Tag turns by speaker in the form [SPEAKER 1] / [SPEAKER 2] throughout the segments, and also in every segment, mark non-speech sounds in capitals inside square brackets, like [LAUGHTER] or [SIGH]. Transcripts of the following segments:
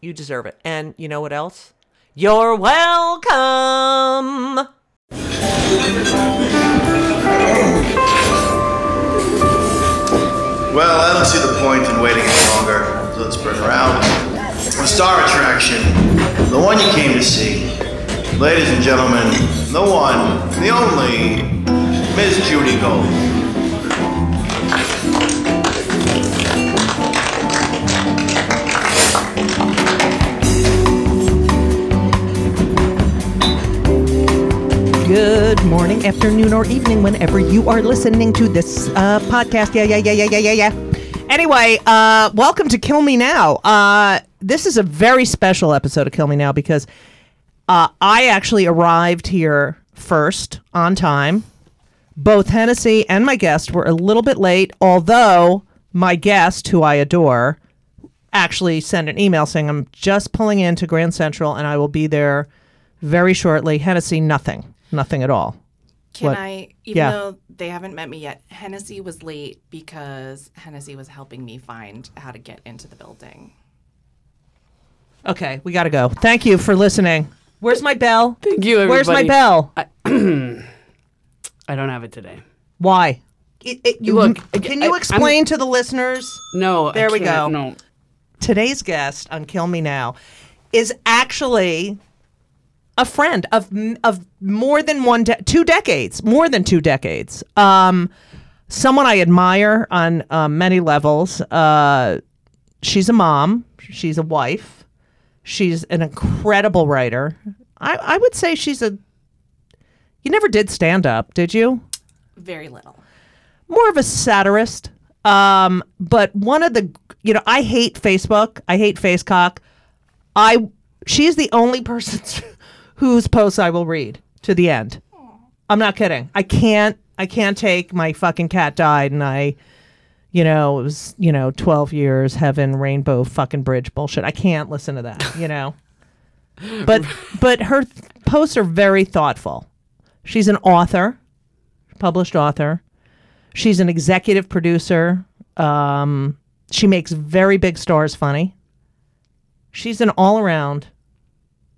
[SPEAKER 1] You deserve it. And you know what else? You're welcome.
[SPEAKER 2] Well, I don't see the point in waiting any longer. So let's bring her out. The star attraction, the one you came to see. Ladies and gentlemen, the one, the only, Miss Judy Gold.
[SPEAKER 1] Good morning, afternoon, or evening, whenever you are listening to this uh, podcast. Yeah, yeah, yeah, yeah, yeah, yeah, yeah. Anyway, uh, welcome to Kill Me Now. Uh, this is a very special episode of Kill Me Now because uh, I actually arrived here first on time. Both Hennessy and my guest were a little bit late, although my guest, who I adore, actually sent an email saying, I'm just pulling into Grand Central and I will be there very shortly. Hennessy, nothing. Nothing at all.
[SPEAKER 3] Can
[SPEAKER 1] What-
[SPEAKER 3] I, even
[SPEAKER 1] yeah.
[SPEAKER 3] though they haven't met me yet, Hennessy was late because Hennessy was helping me find how to get into the building.
[SPEAKER 1] Okay, we got to go. Thank you for listening. Where's my bell?
[SPEAKER 4] Thank you, everybody.
[SPEAKER 1] Where's my bell?
[SPEAKER 4] I don't have it today.
[SPEAKER 1] Why? It, it, you,
[SPEAKER 4] Look,
[SPEAKER 1] can
[SPEAKER 4] I-
[SPEAKER 1] you
[SPEAKER 4] I'm-
[SPEAKER 1] explain to the listeners?
[SPEAKER 4] No, I
[SPEAKER 1] There we
[SPEAKER 4] can't.
[SPEAKER 1] go.
[SPEAKER 4] No,
[SPEAKER 1] Today's guest on Kill Me Now is actually a friend of of more than one de- two decades, more than two decades. Um, someone I admire on uh, many levels. Uh, she's a mom. She's a wife. She's an incredible writer. I, I would say she's a. You never did stand up, did you?
[SPEAKER 3] Very little.
[SPEAKER 1] more of a satirist. Um, but one of the you know, I hate Facebook. I hate Facecock. I she's the only person [LAUGHS] whose posts I will read to the end. I'm not kidding. I can't I can't take my fucking cat died and I you know, it was, you know, 12 years heaven rainbow fucking bridge bullshit. I can't listen to that, you know. but but her th- posts are very thoughtful. She's an author, published author. She's an executive producer. Um, she makes very big stars funny. She's an all around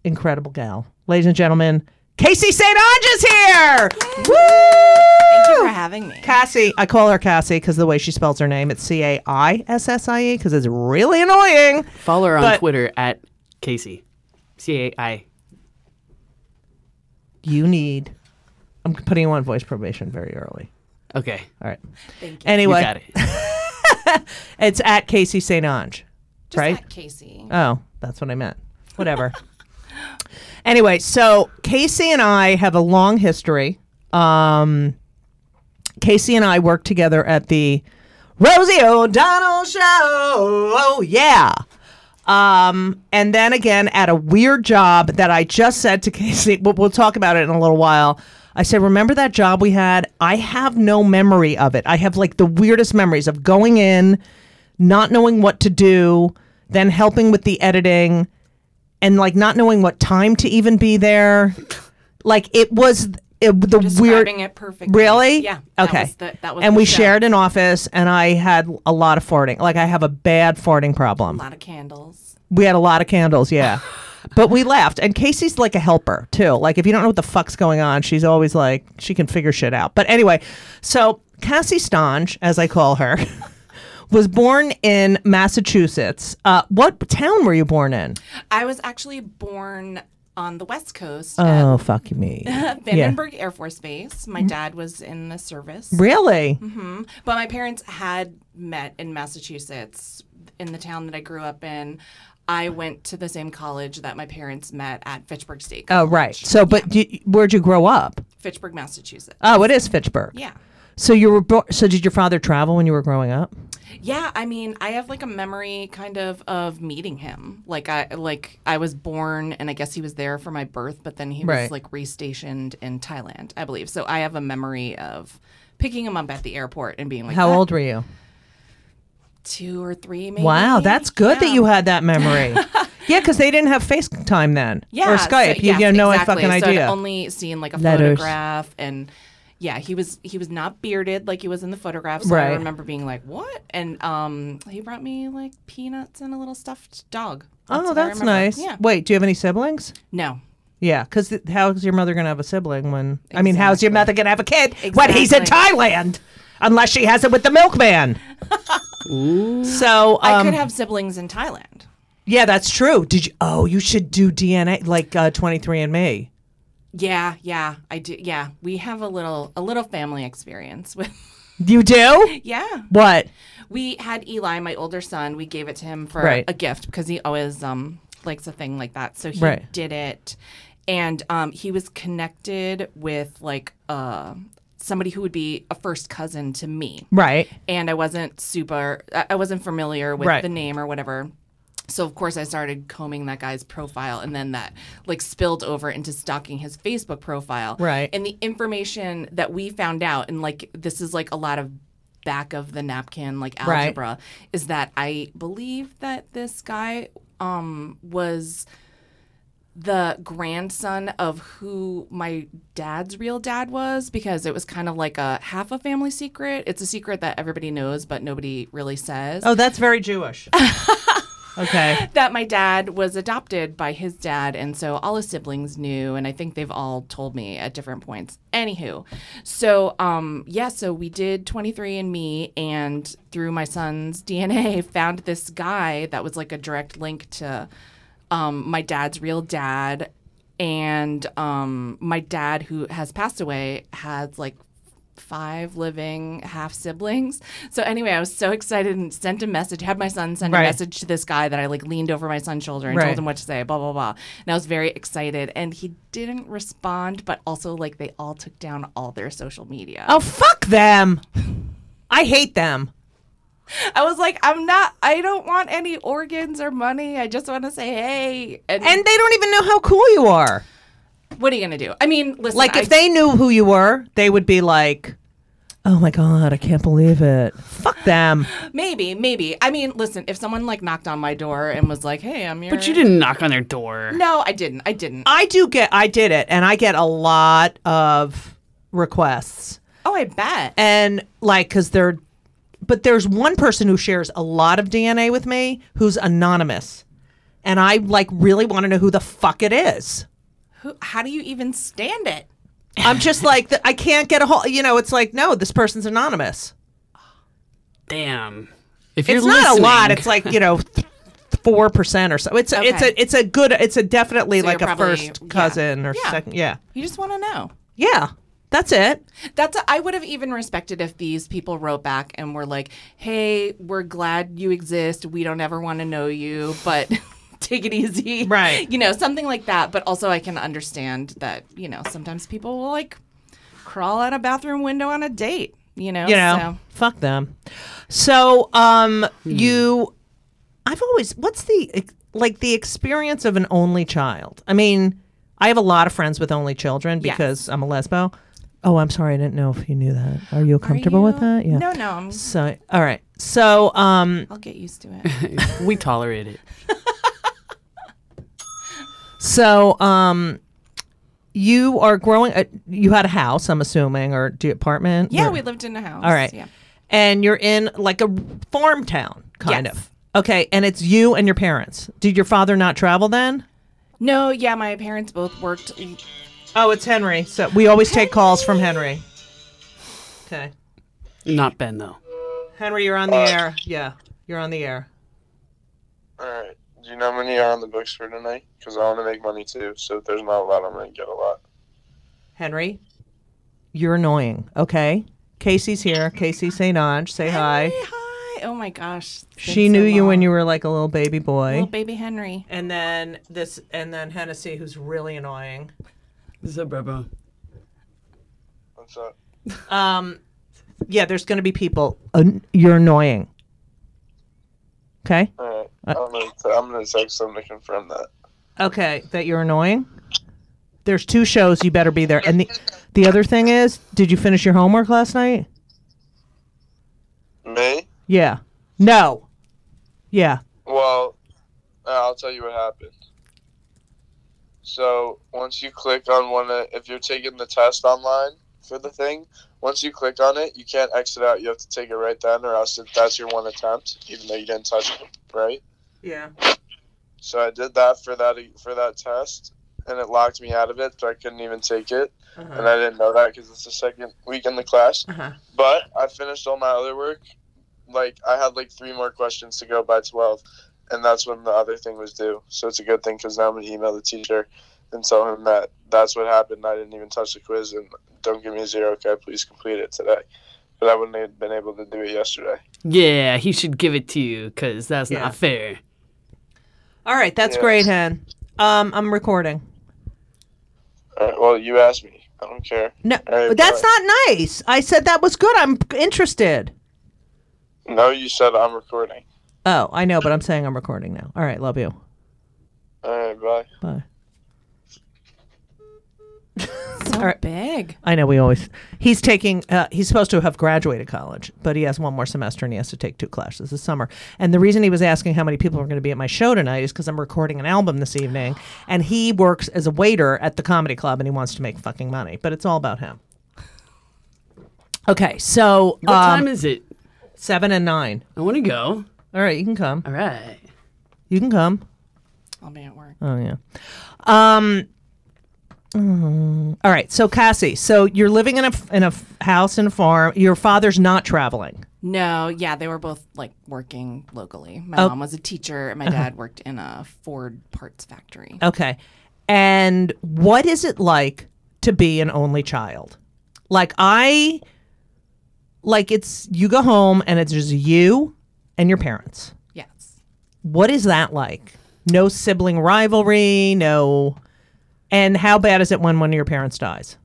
[SPEAKER 1] incredible gal. ladies and gentlemen, Casey St. Ange is here. Woo!
[SPEAKER 3] Thank you for having me.
[SPEAKER 1] Cassie, I call her Cassie because the way she spells her name, it's C A I S S I E because it's really annoying.
[SPEAKER 4] Follow her on
[SPEAKER 1] But-
[SPEAKER 4] Twitter at Casey. C A I.
[SPEAKER 1] You need. I'm putting you on voice probation very early.
[SPEAKER 4] Okay.
[SPEAKER 1] All right.
[SPEAKER 3] Thank you.
[SPEAKER 1] Anyway,
[SPEAKER 4] You got it.
[SPEAKER 1] it's at Casey St. Ange,
[SPEAKER 3] Just
[SPEAKER 1] right?
[SPEAKER 3] not Casey.
[SPEAKER 1] Oh, that's what I meant. Whatever. [LAUGHS] anyway, so Casey and I have a long history. Um, Casey and I worked together at the Rosie O'Donnell show. Oh, yeah. Um, and then again at a weird job that I just said to Casey, [LAUGHS] we'll, we'll talk about it in a little while. I said, remember that job we had? I have no memory of it. I have like the weirdest memories of going in, not knowing what to do, then helping with the editing, and like not knowing what time to even be there. Like it was it, the weird.
[SPEAKER 3] Describing it perfectly.
[SPEAKER 1] Really?
[SPEAKER 3] Yeah. that
[SPEAKER 1] Okay.
[SPEAKER 3] was the- that was
[SPEAKER 1] and
[SPEAKER 3] the
[SPEAKER 1] we
[SPEAKER 3] show.
[SPEAKER 1] shared an office, and I had a lot of farting. Like I have a bad farting problem.
[SPEAKER 3] a lot of candles.
[SPEAKER 1] We had a lot of candles,
[SPEAKER 3] [LAUGHS]
[SPEAKER 1] yeah. but we left, and Casey's like a helper too. Like if you don't know what the fuck's going on, she's always like she can figure shit out. But anyway, so Cassie Stange, as I call her, [LAUGHS] was born in Massachusetts. Uh, what town were you born in?
[SPEAKER 3] I was actually born on the West Coast
[SPEAKER 1] Oh, Mm-hmm. fuck me.
[SPEAKER 3] at [LAUGHS] Vandenberg Air Force Base. My dad was in the service.
[SPEAKER 1] Really?
[SPEAKER 3] Mm-hmm. But my parents had met in Massachusetts in the town that I grew up in. I went to the same college that my parents met at Fitchburg State,
[SPEAKER 1] Oh, right. So, but you, where'd you grow up?
[SPEAKER 3] Fitchburg, Massachusetts.
[SPEAKER 1] Oh, it is Fitchburg.
[SPEAKER 3] yeah.
[SPEAKER 1] So you were born. So did your father travel when you were growing up?
[SPEAKER 3] Yeah, I mean, I have like a memory kind of of meeting him. Like I like I was born and I guess he was there for my birth, but then he
[SPEAKER 1] Right.
[SPEAKER 3] was like restationed in Thailand, I believe. So I have a memory of picking him up at the airport and being like
[SPEAKER 1] How
[SPEAKER 3] "Ah,
[SPEAKER 1] old were you?
[SPEAKER 3] Two or three maybe.
[SPEAKER 1] Wow, that's good that
[SPEAKER 3] Yeah.
[SPEAKER 1] you had that
[SPEAKER 3] [LAUGHS]
[SPEAKER 1] memory. yeah, because they didn't have FaceTime then.
[SPEAKER 3] Yeah,
[SPEAKER 1] Or
[SPEAKER 3] so-
[SPEAKER 1] Skype. you,
[SPEAKER 3] yes,
[SPEAKER 1] you have no
[SPEAKER 3] exactly.
[SPEAKER 1] fucking
[SPEAKER 3] So
[SPEAKER 1] idea.
[SPEAKER 3] I'd only seen like a
[SPEAKER 1] Letters.
[SPEAKER 3] photograph and yeah, he was he was not bearded like he was in the photograph. So
[SPEAKER 1] Right.
[SPEAKER 3] I remember being like, "What?" And um, he brought me like peanuts and a little stuffed dog. what
[SPEAKER 1] oh,
[SPEAKER 3] I
[SPEAKER 1] that's
[SPEAKER 3] remember.
[SPEAKER 1] nice.
[SPEAKER 3] Yeah.
[SPEAKER 1] Wait, do you have any siblings?
[SPEAKER 3] No.
[SPEAKER 1] Yeah, because th- how's your mother going to have a sibling when. I mean, how's your mother going to have a kid when he's in Thailand? Unless she has it with the
[SPEAKER 3] [LAUGHS]
[SPEAKER 1] milkman. So,
[SPEAKER 3] I
[SPEAKER 1] um,
[SPEAKER 3] could have siblings in Thailand.
[SPEAKER 1] yeah, that's true. Did you? Oh, you should do DNA, like uh, 23andMe.
[SPEAKER 3] Yeah, yeah, I do. Yeah, we have a little a little family experience with. [LAUGHS]
[SPEAKER 1] You do?
[SPEAKER 3] Yeah,
[SPEAKER 1] What?
[SPEAKER 3] we had Eli, my older son. We gave it to him for
[SPEAKER 1] Right.
[SPEAKER 3] a gift because he always um likes a thing like that. So he
[SPEAKER 1] Right.
[SPEAKER 3] did it, and um he was connected with like uh somebody who would be a first cousin to me.
[SPEAKER 1] Right.
[SPEAKER 3] and I wasn't super, I I wasn't familiar with
[SPEAKER 1] Right.
[SPEAKER 3] the name or whatever. So of course I started combing that guy's profile, and then that like spilled over into stalking his Facebook profile.
[SPEAKER 1] Right.
[SPEAKER 3] And the information that we found out, and like this is like a lot of back of the napkin like
[SPEAKER 1] Right.
[SPEAKER 3] algebra, is that I believe that this guy um was the grandson of who my dad's real dad was because it was kind of like a half a family secret. It's a secret that everybody knows but nobody really says.
[SPEAKER 1] Oh, that's very Jewish. okay.
[SPEAKER 3] [LAUGHS] That my dad was adopted by his dad, and so all his siblings knew, and I think they've all told me at different points. Anywho, so um, yeah, so we did 23andMe, and through my son's [LAUGHS] DNA, found this guy that was like a direct link to um, my dad's real dad, and um, my dad who has passed away has like five living half siblings. So anyway, I was so excited and sent a message, had my son send
[SPEAKER 1] Right.
[SPEAKER 3] a message to this guy that I like leaned over my son's shoulder and
[SPEAKER 1] Right.
[SPEAKER 3] told him what to say, blah blah blah. And I was very excited and he didn't respond, but also like they all took down all their social media.
[SPEAKER 1] Oh, fuck them. I hate them.
[SPEAKER 3] I was like, I'm not I don't want any organs or money. I just want to say hey. And,
[SPEAKER 1] And they don't even know how cool you are.
[SPEAKER 3] what are you going to do? I mean, listen,
[SPEAKER 1] Like,
[SPEAKER 3] I-
[SPEAKER 1] if they knew who you were, they would be like, oh my God, I can't believe it. Fuck them.
[SPEAKER 3] maybe, maybe. I mean, listen, if someone like knocked on my door and was like, "Hey, I'm your
[SPEAKER 4] But you didn't knock on their door.
[SPEAKER 3] No, I didn't. I didn't.
[SPEAKER 1] I do get, I did it, and I get a lot of requests.
[SPEAKER 3] Oh, I bet.
[SPEAKER 1] And like, because they're, but there's one person who shares a lot of DNA with me who's anonymous. And I like really want to know who the fuck it is.
[SPEAKER 3] who? How do you even stand it?
[SPEAKER 1] I'm
[SPEAKER 3] [LAUGHS]
[SPEAKER 1] just like th- I can't get a hold. You know, it's like no, this person's anonymous.
[SPEAKER 4] Damn.
[SPEAKER 1] It's
[SPEAKER 4] If you're
[SPEAKER 1] not a lot.
[SPEAKER 4] listening-
[SPEAKER 1] It's like you know, four percent or so. It's a, it's
[SPEAKER 3] Okay.
[SPEAKER 1] a it's a good. It's a definitely
[SPEAKER 3] So
[SPEAKER 1] like a
[SPEAKER 3] you're probably-
[SPEAKER 1] first cousin or
[SPEAKER 3] Yeah.
[SPEAKER 1] second. Yeah,
[SPEAKER 3] You just want to know.
[SPEAKER 1] yeah. That's it.
[SPEAKER 3] That's a, I would have even respected if these people wrote back and were like, "Hey, we're glad you exist. We don't ever want to know you, but [LAUGHS] take it easy."
[SPEAKER 1] Right.
[SPEAKER 3] You know, something like that, but also I can understand that, you know, sometimes people will like crawl out a bathroom window on a date, you know.
[SPEAKER 1] You know, fuck them. So, um,
[SPEAKER 3] Hmm.
[SPEAKER 1] you, I've always. What's the like the experience of an only child? I mean, I have a lot of friends with only children
[SPEAKER 3] Yes.
[SPEAKER 1] because I'm a lesbo. Oh, I'm sorry, I didn't know if you knew that. Are you
[SPEAKER 3] So, are
[SPEAKER 1] comfortable with
[SPEAKER 3] you-
[SPEAKER 1] that? Yeah.
[SPEAKER 3] No, no. I'm,
[SPEAKER 1] So, all right. So, um,
[SPEAKER 3] I'll get used to
[SPEAKER 1] [LAUGHS]
[SPEAKER 4] [LAUGHS]
[SPEAKER 3] it.
[SPEAKER 4] we tolerate it.
[SPEAKER 1] so, um, you are growing. A, you had a house, I'm assuming, or do you apartment?
[SPEAKER 3] Yeah,
[SPEAKER 1] Or-
[SPEAKER 3] we lived in a house.
[SPEAKER 1] All right.
[SPEAKER 3] Yeah.
[SPEAKER 1] And you're in like a farm town, kind
[SPEAKER 3] Yes.
[SPEAKER 1] of. Okay. And it's you and your parents. Did your father not travel then?
[SPEAKER 3] No, yeah, my parents both worked
[SPEAKER 1] Oh, it's Henry. So we always take calls from Henry. Okay.
[SPEAKER 4] Not Ben though.
[SPEAKER 1] Henry, you're on the air. Yeah, you're on the air.
[SPEAKER 5] Alright. Do you know how many are on the books for tonight? Because I want to make money too. So if there's not a lot, I'm going to get a lot.
[SPEAKER 1] Henry, you're annoying. Okay. Casey's here. Casey St. Ange, say hi.
[SPEAKER 3] Hey, hi. Oh my gosh.
[SPEAKER 1] She knew you when you were like a little baby boy.
[SPEAKER 3] little baby Henry.
[SPEAKER 1] and then this, and then Hennessy, who's really annoying.
[SPEAKER 5] What's up?
[SPEAKER 1] Um, yeah, there's going to be people. an you're annoying. Okay.
[SPEAKER 5] Alright. I'm going to I'm gonna text them to confirm that.
[SPEAKER 1] Okay, that you're annoying. There's two shows. You better be there. And the the other thing is, did you finish your homework last night?
[SPEAKER 5] Me?
[SPEAKER 1] Yeah. No. Yeah.
[SPEAKER 5] Well, uh, I'll tell you what happened. So once you click on one, of, if you're taking the test online for the thing, once you click on it, you can't exit out. You have to take it right then, or else if that's your one attempt, even though you didn't touch it, right?
[SPEAKER 1] Yeah.
[SPEAKER 5] So I did that for that for that test, and it locked me out of it, so I couldn't even take it, and I didn't know that because it's the second week in the class.
[SPEAKER 1] Uh-huh.
[SPEAKER 5] But I finished all my other work. Like I had like three more questions to go by twelve, and that's when the other thing was due. So it's a good thing because now I'm gonna email the teacher and tell him that that's what happened. I didn't even touch the quiz, and don't give me a zero. Can I please complete it today? But I wouldn't have been able to do it yesterday.
[SPEAKER 4] Yeah, he should give it to you because that's
[SPEAKER 1] Yeah.
[SPEAKER 4] not fair.
[SPEAKER 1] All right, that's
[SPEAKER 5] Yeah.
[SPEAKER 1] great, Hen. Um, I'm recording.
[SPEAKER 5] All right, well, you asked me. I don't care.
[SPEAKER 1] No,
[SPEAKER 5] All right,
[SPEAKER 1] that's
[SPEAKER 5] bye.
[SPEAKER 1] not nice. I said that was good. I'm interested.
[SPEAKER 5] No, you said I'm recording.
[SPEAKER 1] Oh, I know, but I'm saying I'm recording now. All right, love you.
[SPEAKER 5] All right, bye.
[SPEAKER 1] Bye.
[SPEAKER 3] So
[SPEAKER 1] right.
[SPEAKER 3] big.
[SPEAKER 1] I know we always. He's taking. Uh, he's supposed to have graduated college, but he has one more semester and he has to take two classes this summer. And the reason he was asking how many people are going to be at my show tonight is because I'm recording an album this evening, and he works as a waiter at the comedy club and he wants to make fucking money. But it's all about him. Okay, so
[SPEAKER 4] What
[SPEAKER 1] um,
[SPEAKER 4] time is it?
[SPEAKER 1] seven and nine.
[SPEAKER 4] I want to go.
[SPEAKER 1] All right, you can come.
[SPEAKER 4] All right.
[SPEAKER 1] You can come.
[SPEAKER 3] I'll be at work.
[SPEAKER 1] Oh yeah. Um. mm, all right. So Cassie, so you're living in a f- in a f- house and farm. Your father's not traveling.
[SPEAKER 3] No, yeah, they were both like working locally. My
[SPEAKER 1] Oh.
[SPEAKER 3] mom was a teacher, and my dad worked in a Ford parts factory.
[SPEAKER 1] Okay. And what is it like to be an only child? Like I like it's you go home and it's just you and your parents.
[SPEAKER 3] Yes.
[SPEAKER 1] What is that like? No sibling rivalry, no and how bad is it when one of your parents dies?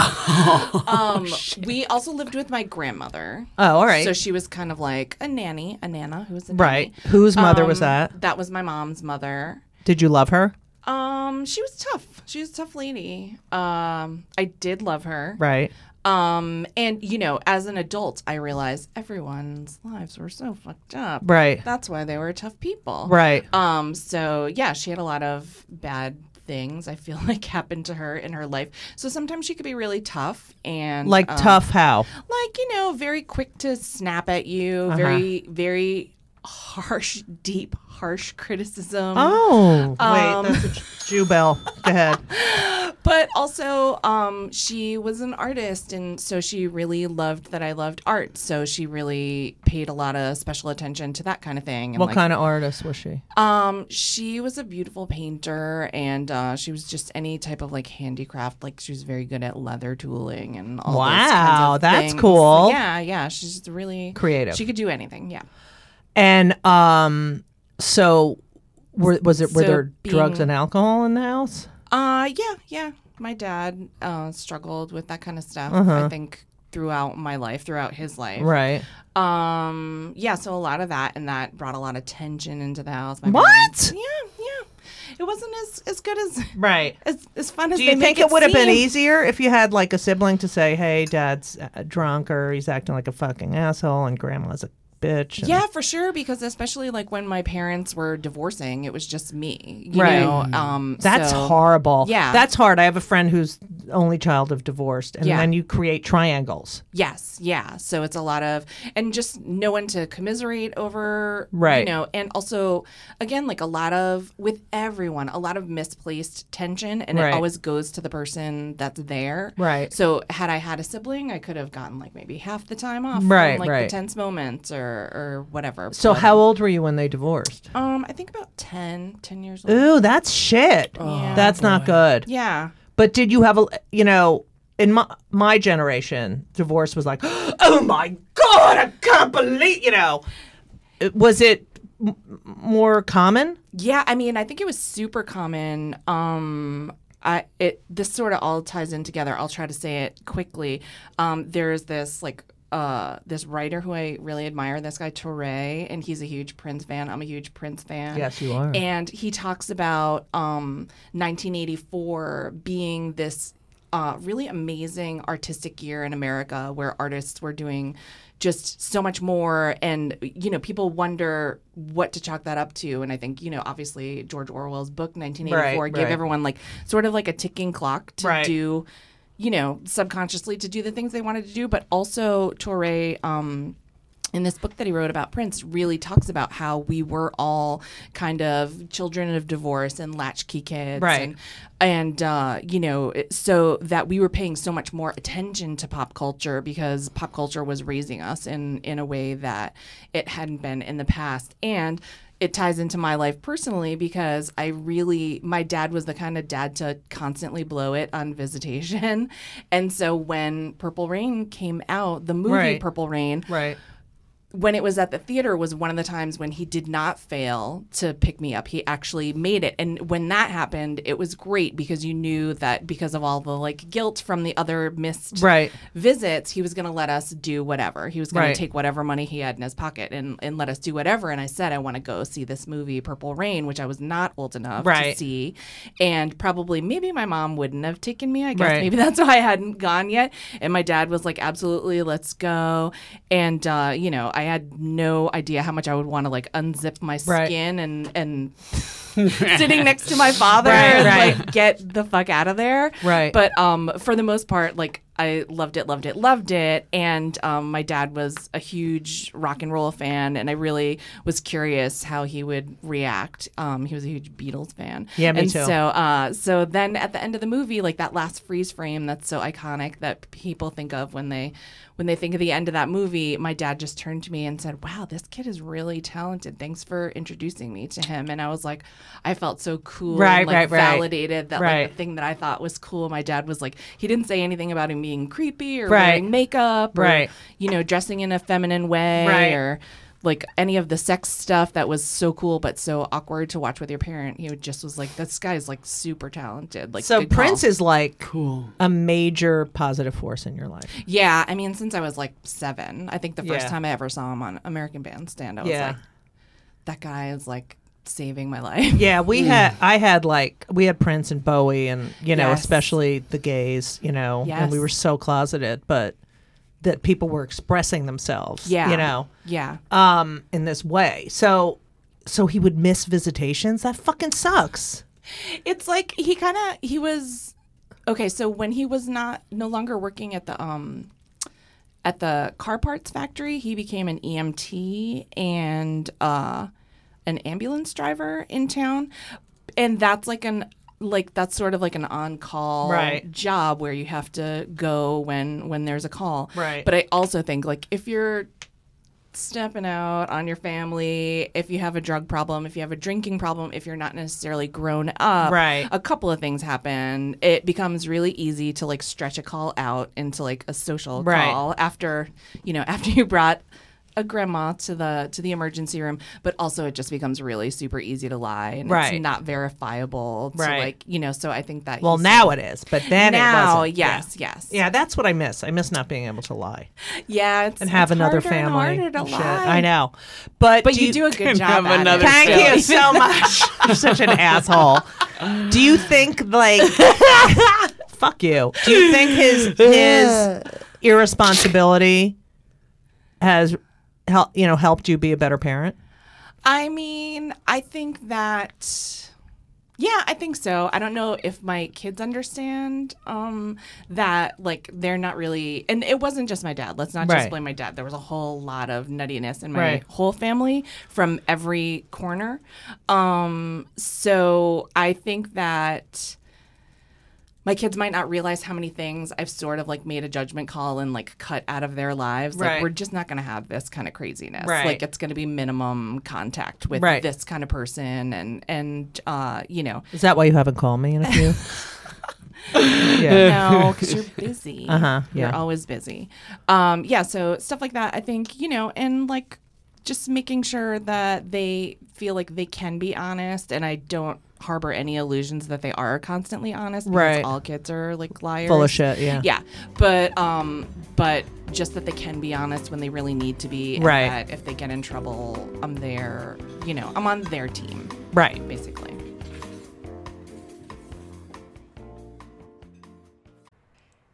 [SPEAKER 3] Um, we also lived with my grandmother.
[SPEAKER 1] Oh, all right.
[SPEAKER 3] So she was kind of like a nanny, a nana who was a
[SPEAKER 1] right.
[SPEAKER 3] nanny.
[SPEAKER 1] Whose mother was
[SPEAKER 3] Um,
[SPEAKER 1] that?
[SPEAKER 3] That was my mom's mother.
[SPEAKER 1] Did you love her?
[SPEAKER 3] Um, she was tough. She was a tough lady. Um, I did love her.
[SPEAKER 1] Right.
[SPEAKER 3] Um, and you know, as an adult, I realized everyone's lives were so fucked up.
[SPEAKER 1] Right.
[SPEAKER 3] That's why they were tough people.
[SPEAKER 1] Right.
[SPEAKER 3] Um, so yeah, she had a lot of bad things I feel [LAUGHS] like happened to her in her life. So sometimes she could be really tough and
[SPEAKER 1] Like
[SPEAKER 3] um,
[SPEAKER 1] tough how? Uh-huh.
[SPEAKER 3] like you know, very quick to snap at you, very very harsh, deep, harsh criticism.
[SPEAKER 1] Oh,
[SPEAKER 3] Um,
[SPEAKER 1] wait, that's a Jew bell.
[SPEAKER 3] [LAUGHS]
[SPEAKER 1] Go ahead.
[SPEAKER 3] But also, um, she was an artist, and so she really loved that I loved art. So she really paid a lot of special attention to that kind of thing. And
[SPEAKER 1] What
[SPEAKER 3] like,
[SPEAKER 1] kind of artist was she?
[SPEAKER 3] Um, she was a beautiful painter, and uh, she was just any type of like handicraft. Like she was very good at leather tooling and all. those kinds
[SPEAKER 1] Wow,
[SPEAKER 3] of
[SPEAKER 1] that's
[SPEAKER 3] things.
[SPEAKER 1] cool.
[SPEAKER 3] Yeah, yeah. She's just really
[SPEAKER 1] Creative.
[SPEAKER 3] She could do anything. Yeah.
[SPEAKER 1] And um, so were, was it? Were
[SPEAKER 3] So
[SPEAKER 1] there drugs
[SPEAKER 3] being-
[SPEAKER 1] and alcohol in the house?
[SPEAKER 3] Uh, yeah, yeah. My dad uh, struggled with that kind of stuff. I think throughout my life, throughout his life.
[SPEAKER 1] Uh-huh. Right.
[SPEAKER 3] Um, yeah. So a lot of that, and that brought a lot of tension into the house. My
[SPEAKER 1] What?
[SPEAKER 3] parents- Yeah, yeah. It wasn't as as good as
[SPEAKER 1] Right.
[SPEAKER 3] as, as fun as
[SPEAKER 1] Do
[SPEAKER 3] they
[SPEAKER 1] you think
[SPEAKER 3] make
[SPEAKER 1] it, would have been
[SPEAKER 3] seem.
[SPEAKER 1] easier if you had like a sibling to say, "Hey, dad's uh, drunk or he's acting like a fucking asshole and grandma's a bitch." and-
[SPEAKER 3] Yeah, for sure. Because especially like when my parents were divorcing, it was just me. You
[SPEAKER 1] Right.
[SPEAKER 3] Know? Um,
[SPEAKER 1] That's
[SPEAKER 3] so-
[SPEAKER 1] horrible.
[SPEAKER 3] Yeah.
[SPEAKER 1] That's hard. I have a friend who's the only child of divorced, and
[SPEAKER 3] Yeah.
[SPEAKER 1] then you create triangles.
[SPEAKER 3] Yes. Yeah. So it's a lot of and just no one to commiserate over.
[SPEAKER 1] Right.
[SPEAKER 3] You know, and also again like a lot of with everyone a lot of misplaced tension, and
[SPEAKER 1] Right.
[SPEAKER 3] it always goes to the person that's there.
[SPEAKER 1] Right.
[SPEAKER 3] So had I had a sibling, I could have gotten like maybe half the time off. from,
[SPEAKER 1] Right,
[SPEAKER 3] like
[SPEAKER 1] right.
[SPEAKER 3] the tense moments or or whatever.
[SPEAKER 1] So,
[SPEAKER 3] But,
[SPEAKER 1] how old were you when they divorced?
[SPEAKER 3] Um, I think about 10, 10 years old.
[SPEAKER 1] Ooh, that's shit. that's not good.
[SPEAKER 3] Yeah.
[SPEAKER 1] But did you have a, you know, in my my generation, divorce was like, [GASPS] oh my god, I can't believe, you know, It- was it m- m- more common?
[SPEAKER 3] Yeah, I mean, I think it was super common. Um, I it this sort of all ties in together. I'll try to say it quickly. Um, there is this like uh this writer who I really admire. This guy Torre, and he's a huge Prince fan. I'm a huge Prince fan.
[SPEAKER 1] Yes, you are.
[SPEAKER 3] And he talks about um 1984 being this uh, really amazing artistic year in America where artists were doing just so much more. And, you know, people wonder what to chalk that up to. And I think, you know, obviously George Orwell's book, 1984,
[SPEAKER 1] Right,
[SPEAKER 3] gave
[SPEAKER 1] right.
[SPEAKER 3] everyone like sort of like a ticking clock to
[SPEAKER 1] Right.
[SPEAKER 3] do, you know, subconsciously to do the things they wanted to do. But also, Torre, um, in this book that he wrote about Prince really talks about how we were all kind of children of divorce and latchkey kids,
[SPEAKER 1] Right.
[SPEAKER 3] And, and uh, you know, it- so that we were paying so much more attention to pop culture because pop culture was raising us in in a way that it hadn't been in the past, and. It ties into my life personally because I really, my dad was the kind of dad to constantly blow it on visitation. [LAUGHS] And so when Purple Rain came out, the movie
[SPEAKER 1] Right.
[SPEAKER 3] Purple Rain,
[SPEAKER 1] Right.
[SPEAKER 3] when it was at the theater was one of the times when he did not fail to pick me up. He actually made it. And when that happened, it was great because you knew that because of all the like guilt from the other missed
[SPEAKER 1] Right.
[SPEAKER 3] visits, he was going to let us do whatever. He was going
[SPEAKER 1] Right.
[SPEAKER 3] to take whatever money he had in his pocket and, and let us do whatever. And I said, I want to go see this movie, Purple Rain, which I was not old enough
[SPEAKER 1] Right.
[SPEAKER 3] to see. And probably maybe my mom wouldn't have taken me. I guess
[SPEAKER 1] Right.
[SPEAKER 3] maybe [LAUGHS] that's why I hadn't gone yet. And my dad was like, absolutely, let's go. And, uh, you know, I had no idea how much I would want to like unzip my
[SPEAKER 1] Right.
[SPEAKER 3] skin and,
[SPEAKER 1] [LAUGHS]
[SPEAKER 3] and, sitting next to my father
[SPEAKER 1] Right,
[SPEAKER 3] and
[SPEAKER 1] right.
[SPEAKER 3] like get the fuck out of there
[SPEAKER 1] Right.
[SPEAKER 3] but but um, for the most part, like I loved it, loved it, loved it. And um, my dad was a huge rock and roll fan, and I really was curious how he would react. Um, he was a huge Beatles fan.
[SPEAKER 1] Yeah, me
[SPEAKER 3] and
[SPEAKER 1] too.
[SPEAKER 3] So, uh, so then at the end of the movie, like that last freeze frame that's so iconic that people think of when they when they think of the end of that movie. My dad just turned to me and said, "Wow, this kid is really talented. Thanks for introducing me to him." And I was like, I felt so cool,
[SPEAKER 1] Right,
[SPEAKER 3] and, like,
[SPEAKER 1] right, right.
[SPEAKER 3] Validated that like
[SPEAKER 1] Right.
[SPEAKER 3] the thing that I thought was cool. My dad was like, he didn't say anything about him being creepy or
[SPEAKER 1] Right.
[SPEAKER 3] wearing makeup or,
[SPEAKER 1] Right.
[SPEAKER 3] you know, dressing in a feminine way
[SPEAKER 1] Right.
[SPEAKER 3] or like any of the sex stuff that was so cool but so awkward to watch with your parent. He would just was like, this guy's like super talented. Like,
[SPEAKER 1] So
[SPEAKER 3] good call.
[SPEAKER 1] Prince is like a major positive force in your life.
[SPEAKER 3] Yeah. I mean, since I was like seven, I think the first
[SPEAKER 1] Yeah.
[SPEAKER 3] time I ever saw him on American Bandstand, I was
[SPEAKER 1] Yeah.
[SPEAKER 3] like, that guy is like saving my [LAUGHS] life.
[SPEAKER 1] Yeah, we had I had like we had Prince and Bowie and you know,
[SPEAKER 3] Yes.
[SPEAKER 1] especially the gays, you know, and we
[SPEAKER 3] Yes.
[SPEAKER 1] were so closeted, but that people were expressing themselves,
[SPEAKER 3] Yeah.
[SPEAKER 1] you know,
[SPEAKER 3] Yeah.
[SPEAKER 1] um in this way. So so he would miss visitations. That fucking sucks.
[SPEAKER 3] it's like he kind of he was okay so when he was not no longer working at the um at the car parts factory. He became an EMT and uh, an ambulance driver in town, and that's like an like that's sort of like an on-call
[SPEAKER 6] Right.
[SPEAKER 3] job where you have to go when when there's a call.
[SPEAKER 6] Right.
[SPEAKER 3] But I also think like if you're stepping out on your family, if you have a drug problem, if you have a drinking problem, if you're not necessarily grown up,
[SPEAKER 6] Right.
[SPEAKER 3] a couple of things happen. It becomes really easy to like stretch a call out into like a social
[SPEAKER 6] Right.
[SPEAKER 3] call after, you know, [LAUGHS] after you brought a grandma to the to the emergency room, but also it just becomes really super easy to lie and
[SPEAKER 6] Right.
[SPEAKER 3] it's not verifiable to
[SPEAKER 6] Right.
[SPEAKER 3] like, you know, so I think that
[SPEAKER 6] Well,
[SPEAKER 3] he's-
[SPEAKER 6] now it is, but then
[SPEAKER 3] now,
[SPEAKER 6] it wasn't.
[SPEAKER 3] yes,
[SPEAKER 6] yeah.
[SPEAKER 3] yes.
[SPEAKER 6] Yeah, that's what I miss. I miss not being able to lie
[SPEAKER 3] Yeah, it's,
[SPEAKER 6] and have
[SPEAKER 3] it's
[SPEAKER 6] another
[SPEAKER 3] harder and
[SPEAKER 6] family.
[SPEAKER 3] harder to
[SPEAKER 6] and shit.
[SPEAKER 3] lie.
[SPEAKER 6] I know, but
[SPEAKER 3] But you, do a good job.
[SPEAKER 4] have
[SPEAKER 3] at it.
[SPEAKER 4] another
[SPEAKER 6] Thank
[SPEAKER 4] So-
[SPEAKER 6] you
[SPEAKER 3] [LAUGHS]
[SPEAKER 6] so much. You're such an asshole. Do you think
[SPEAKER 3] [LAUGHS]
[SPEAKER 6] like fuck you? Do you think his his irresponsibility has hel- you know helped you be a better parent?
[SPEAKER 3] I mean, I think that yeah, I think so. I don't know if my kids understand um that like they're not really and it wasn't just my dad. Let's not
[SPEAKER 6] Right.
[SPEAKER 3] just blame my dad. There was a whole lot of nuttiness in my
[SPEAKER 6] Right.
[SPEAKER 3] whole family from every corner. Um so I think that my kids might not realize how many things I've sort of like made a judgment call and like cut out of their lives.
[SPEAKER 6] Right.
[SPEAKER 3] Like we're just not going to have this kind of craziness.
[SPEAKER 6] Right.
[SPEAKER 3] Like it's going to be minimum contact with
[SPEAKER 6] Right.
[SPEAKER 3] this kind of person and and uh, you know,
[SPEAKER 6] Is that why you haven't called me in a few? [LAUGHS] yeah.
[SPEAKER 3] no, because you're busy.
[SPEAKER 6] Uh-huh, yeah.
[SPEAKER 3] You're always busy. Um, yeah. So stuff like that, I think you know, and like just making sure that they feel like they can be honest, and I don't harbor any illusions that they are constantly honest. because
[SPEAKER 6] Right.
[SPEAKER 3] All kids are like liars.
[SPEAKER 6] Full of shit, yeah.
[SPEAKER 3] Yeah. But um, but just that they can be honest when they really need to be. and
[SPEAKER 6] Right.
[SPEAKER 3] That if they get in trouble, I'm there. You know, I'm on their team,
[SPEAKER 6] Right.
[SPEAKER 3] basically.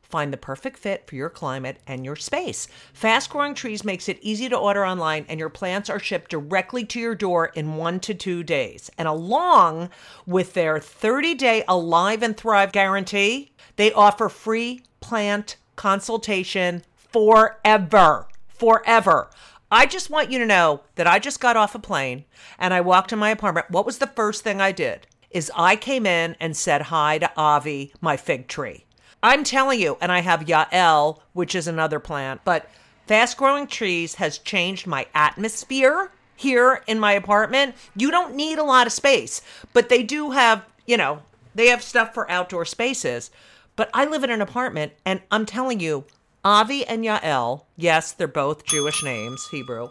[SPEAKER 1] Find the perfect fit for your climate and your space. Fast Growing Trees makes it easy to order online, and your plants are shipped directly to your door in one to two days. And along with their 30 day Alive and Thrive guarantee, they offer free plant consultation forever. Forever. I just want you to know that I just got off a plane and I walked to my apartment. What was the first thing I did? Is I came in and said hi to Avi, my fig tree. I'm telling you, and I have Yael, which is another plant, but fast growing trees has changed my atmosphere here in my apartment. You don't need a lot of space, but they do have, you know, they have stuff for outdoor spaces. But I live in an apartment, and I'm telling you, Avi and Yael, yes, they're both Jewish names, Hebrew.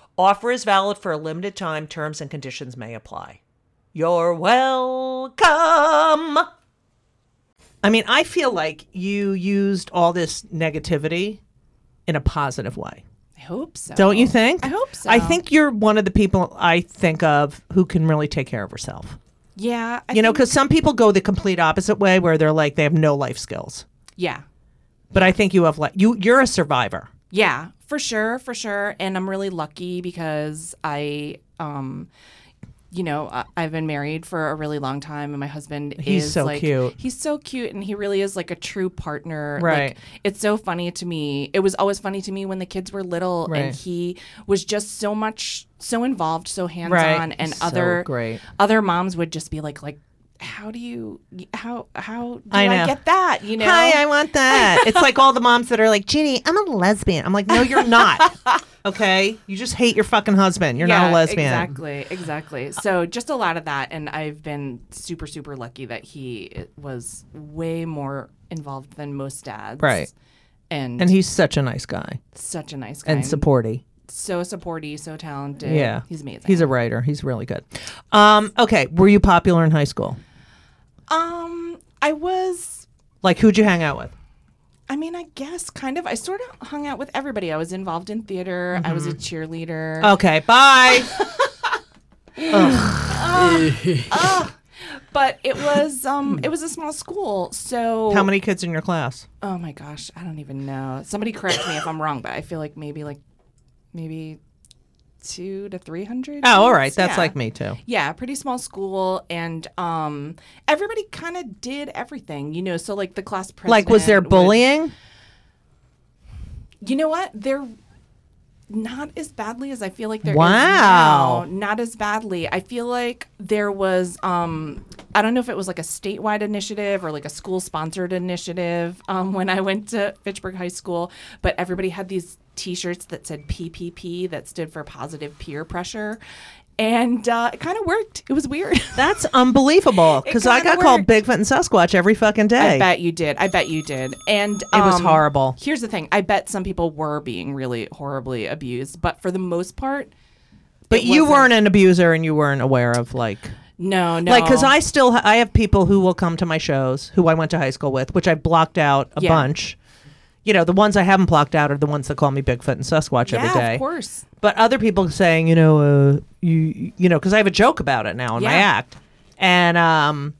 [SPEAKER 1] Offer is valid for a limited time. Terms and conditions may apply. You're welcome.
[SPEAKER 6] I mean, I feel like you used all this negativity in a positive way.
[SPEAKER 3] I hope so.
[SPEAKER 6] Don't you think?
[SPEAKER 3] I hope so.
[SPEAKER 6] I think you're one of the people I think of who can really take care of herself.
[SPEAKER 3] Yeah. I
[SPEAKER 6] You know,
[SPEAKER 3] think-
[SPEAKER 6] because some people go the complete opposite way where they're like they have no life skills.
[SPEAKER 3] yeah.
[SPEAKER 6] But I think you have like you you're a survivor.
[SPEAKER 3] Yeah, for sure, for sure. And I'm really lucky because I um you know, I- I've been married for a really long time, and my husband
[SPEAKER 1] He's
[SPEAKER 3] is
[SPEAKER 1] so
[SPEAKER 3] like,
[SPEAKER 1] cute.
[SPEAKER 3] He's so cute, and he really is like a true partner.
[SPEAKER 1] Right.
[SPEAKER 3] Like, it's so funny to me. It was always funny to me when the kids were little,
[SPEAKER 1] Right.
[SPEAKER 3] and he was just so much, so involved, so hands on,
[SPEAKER 1] Right.
[SPEAKER 3] and
[SPEAKER 1] So
[SPEAKER 3] other
[SPEAKER 1] great.
[SPEAKER 3] other moms would just be like, like, how do you, how how do
[SPEAKER 1] I
[SPEAKER 3] I,
[SPEAKER 1] know.
[SPEAKER 3] get that? You know,
[SPEAKER 1] Hi, I want that. it's like all the moms that are like, Ginny, I'm a lesbian. I'm like, no, you're
[SPEAKER 3] [LAUGHS]
[SPEAKER 1] not. okay, you just hate your fucking husband. You're not a lesbian.
[SPEAKER 3] Exactly, exactly. So just a lot of that, and I've been super, super lucky that he was way more involved than most dads.
[SPEAKER 1] Right.
[SPEAKER 3] And,
[SPEAKER 1] And he's such a nice guy
[SPEAKER 3] such a nice guy.
[SPEAKER 1] and supporty.
[SPEAKER 3] so supportive, so talented.
[SPEAKER 1] Yeah,
[SPEAKER 3] He's amazing.
[SPEAKER 1] He's a writer. He's really good. Um, okay, were you popular in high school?
[SPEAKER 3] um, I was.
[SPEAKER 1] Like, who'd you hang out with?
[SPEAKER 3] I mean, I guess kind of. I sort of hung out with everybody. I was involved in theater. I
[SPEAKER 1] Mm-hmm.
[SPEAKER 3] was a cheerleader.
[SPEAKER 1] Okay, bye.
[SPEAKER 3] But it was um it was a small school. So
[SPEAKER 1] How many kids in your class?
[SPEAKER 3] Oh my gosh, I don't even know. Somebody correct me if I'm wrong, but I feel like maybe like maybe two to three hundred.
[SPEAKER 1] Oh, all right. That's
[SPEAKER 3] yeah.
[SPEAKER 1] like me too.
[SPEAKER 3] Yeah, pretty small school, and um, everybody kind of did everything, you know. So like the class president,
[SPEAKER 1] Like, was there
[SPEAKER 3] would-
[SPEAKER 1] bullying?
[SPEAKER 3] you know what? They're not as badly as I feel like there is
[SPEAKER 1] Wow.
[SPEAKER 3] now. Not as badly. I feel like there was um I don't know if it was like a statewide initiative or like a school sponsored initiative um, when I went to Fitchburg High School, but everybody had these T-shirts that said PPP that stood for positive peer pressure, and uh, it kind of worked. It was weird. [LAUGHS]
[SPEAKER 1] That's unbelievable. Because I
[SPEAKER 3] kinda
[SPEAKER 1] got called
[SPEAKER 3] worked.
[SPEAKER 1] Bigfoot and Sasquatch every fucking day.
[SPEAKER 3] I bet you did. I bet you did. And
[SPEAKER 1] It was
[SPEAKER 3] um,
[SPEAKER 1] horrible.
[SPEAKER 3] Here's the thing. I bet some people were being really horribly abused, but for the most part,
[SPEAKER 1] but
[SPEAKER 3] it
[SPEAKER 1] you
[SPEAKER 3] wasn't-
[SPEAKER 1] weren't an abuser, and you weren't aware of like.
[SPEAKER 3] no, no.
[SPEAKER 1] Like, because I still ha- I have people who will come to my shows who I went to high school with, which I blocked out a
[SPEAKER 3] Yeah.
[SPEAKER 1] bunch. You know, the ones I haven't blocked out are the ones that call me Bigfoot and Sasquatch
[SPEAKER 3] yeah,
[SPEAKER 1] every day.
[SPEAKER 3] of course.
[SPEAKER 1] But other people saying, you know, uh, you you know, because I have a joke about it now in my
[SPEAKER 3] Yeah.
[SPEAKER 1] act, and um,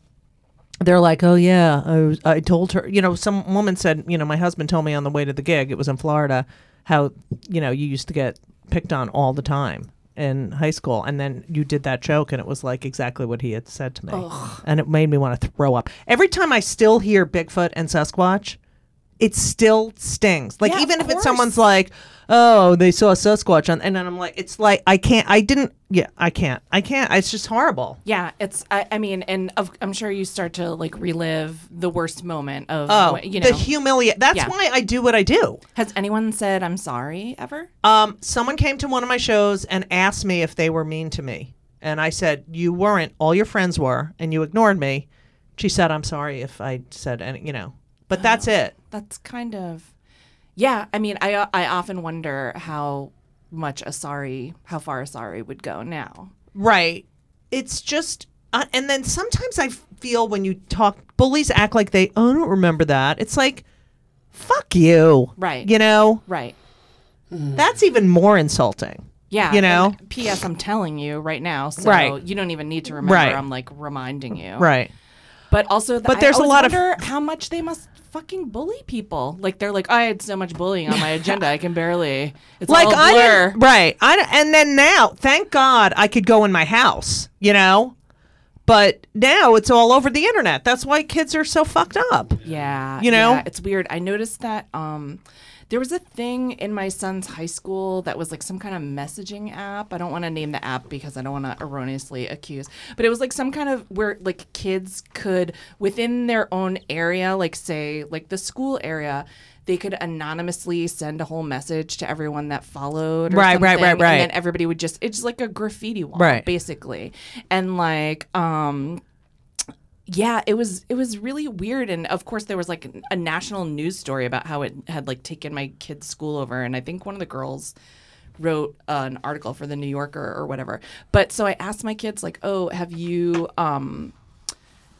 [SPEAKER 1] they're like, oh yeah, I, was, I told her. You know, some woman said, you know, my husband told me on the way to the gig, it was in Florida, how you know you used to get picked on all the time in high school, and then you did that joke, and it was like exactly what he had said to me, and it made me want to throw up. Every time I still hear Bigfoot and Sasquatch, it still stings. Like
[SPEAKER 3] Yeah,
[SPEAKER 1] even if
[SPEAKER 3] of
[SPEAKER 1] it's
[SPEAKER 3] course.
[SPEAKER 1] someone's like, oh, they saw a Sasquatch on, and then I'm like, it's like I can't, I didn't, yeah, I can't, I can't. It's just horrible.
[SPEAKER 3] Yeah, it's. I, I mean, and of, I'm sure you start to like relive the worst moment of.
[SPEAKER 1] Oh,
[SPEAKER 3] wh- you know,
[SPEAKER 1] the humiliate. That's
[SPEAKER 3] Yeah.
[SPEAKER 1] why I do what I do.
[SPEAKER 3] has anyone said I'm sorry ever?
[SPEAKER 1] Um, someone came to one of my shows and asked me if they were mean to me, and I said, "You weren't. All your friends were, and you ignored me." She said, "I'm sorry if I said any, you know." But that's it.
[SPEAKER 3] That's kind of. Yeah, I mean, I I often wonder how much a sorry, how far a sorry would go now.
[SPEAKER 1] Right. It's just, uh, and then sometimes I feel when you talk, bullies act like they, oh, I don't remember that. It's like, fuck you.
[SPEAKER 3] Right.
[SPEAKER 1] You know,
[SPEAKER 3] Right.
[SPEAKER 1] that's even more insulting.
[SPEAKER 3] Yeah.
[SPEAKER 1] You know?
[SPEAKER 3] and P.S. I'm telling you right now, so
[SPEAKER 1] Right.
[SPEAKER 3] you don't even need to remember.
[SPEAKER 1] Right.
[SPEAKER 3] I'm like reminding you.
[SPEAKER 1] Right.
[SPEAKER 3] But also, th-
[SPEAKER 1] But there's
[SPEAKER 3] I
[SPEAKER 1] a
[SPEAKER 3] always
[SPEAKER 1] lot of-
[SPEAKER 3] wonder how much they must fucking bully people. Like they're like, "Oh, I had so much bullying on my agenda, I can barely. It's
[SPEAKER 1] Like,
[SPEAKER 3] all a
[SPEAKER 1] I,
[SPEAKER 3] blur.
[SPEAKER 1] didn't- right. I, don't- and then now, thank God I could go in my house, you know? But now it's all over the internet. That's why kids are so fucked up.
[SPEAKER 3] Yeah.
[SPEAKER 1] You know?
[SPEAKER 3] yeah, it's weird. I noticed that um there was a thing in my son's high school that was like some kind of messaging app. I don't want to name the app because I don't want to erroneously accuse, but it was like some kind of where like kids could within their own area, like say like the school area, they could anonymously send a whole message to everyone that followed. Or
[SPEAKER 1] Right, right,
[SPEAKER 3] something,
[SPEAKER 1] right, right.
[SPEAKER 3] And then everybody would just it's like a graffiti wall,
[SPEAKER 1] Right.
[SPEAKER 3] basically. And like um yeah it was it was really weird and of course there was like a national news story about how it had like taken my kid's school over and i think one of the girls wrote uh, an article for the new yorker or whatever but so i asked my kids like oh have you um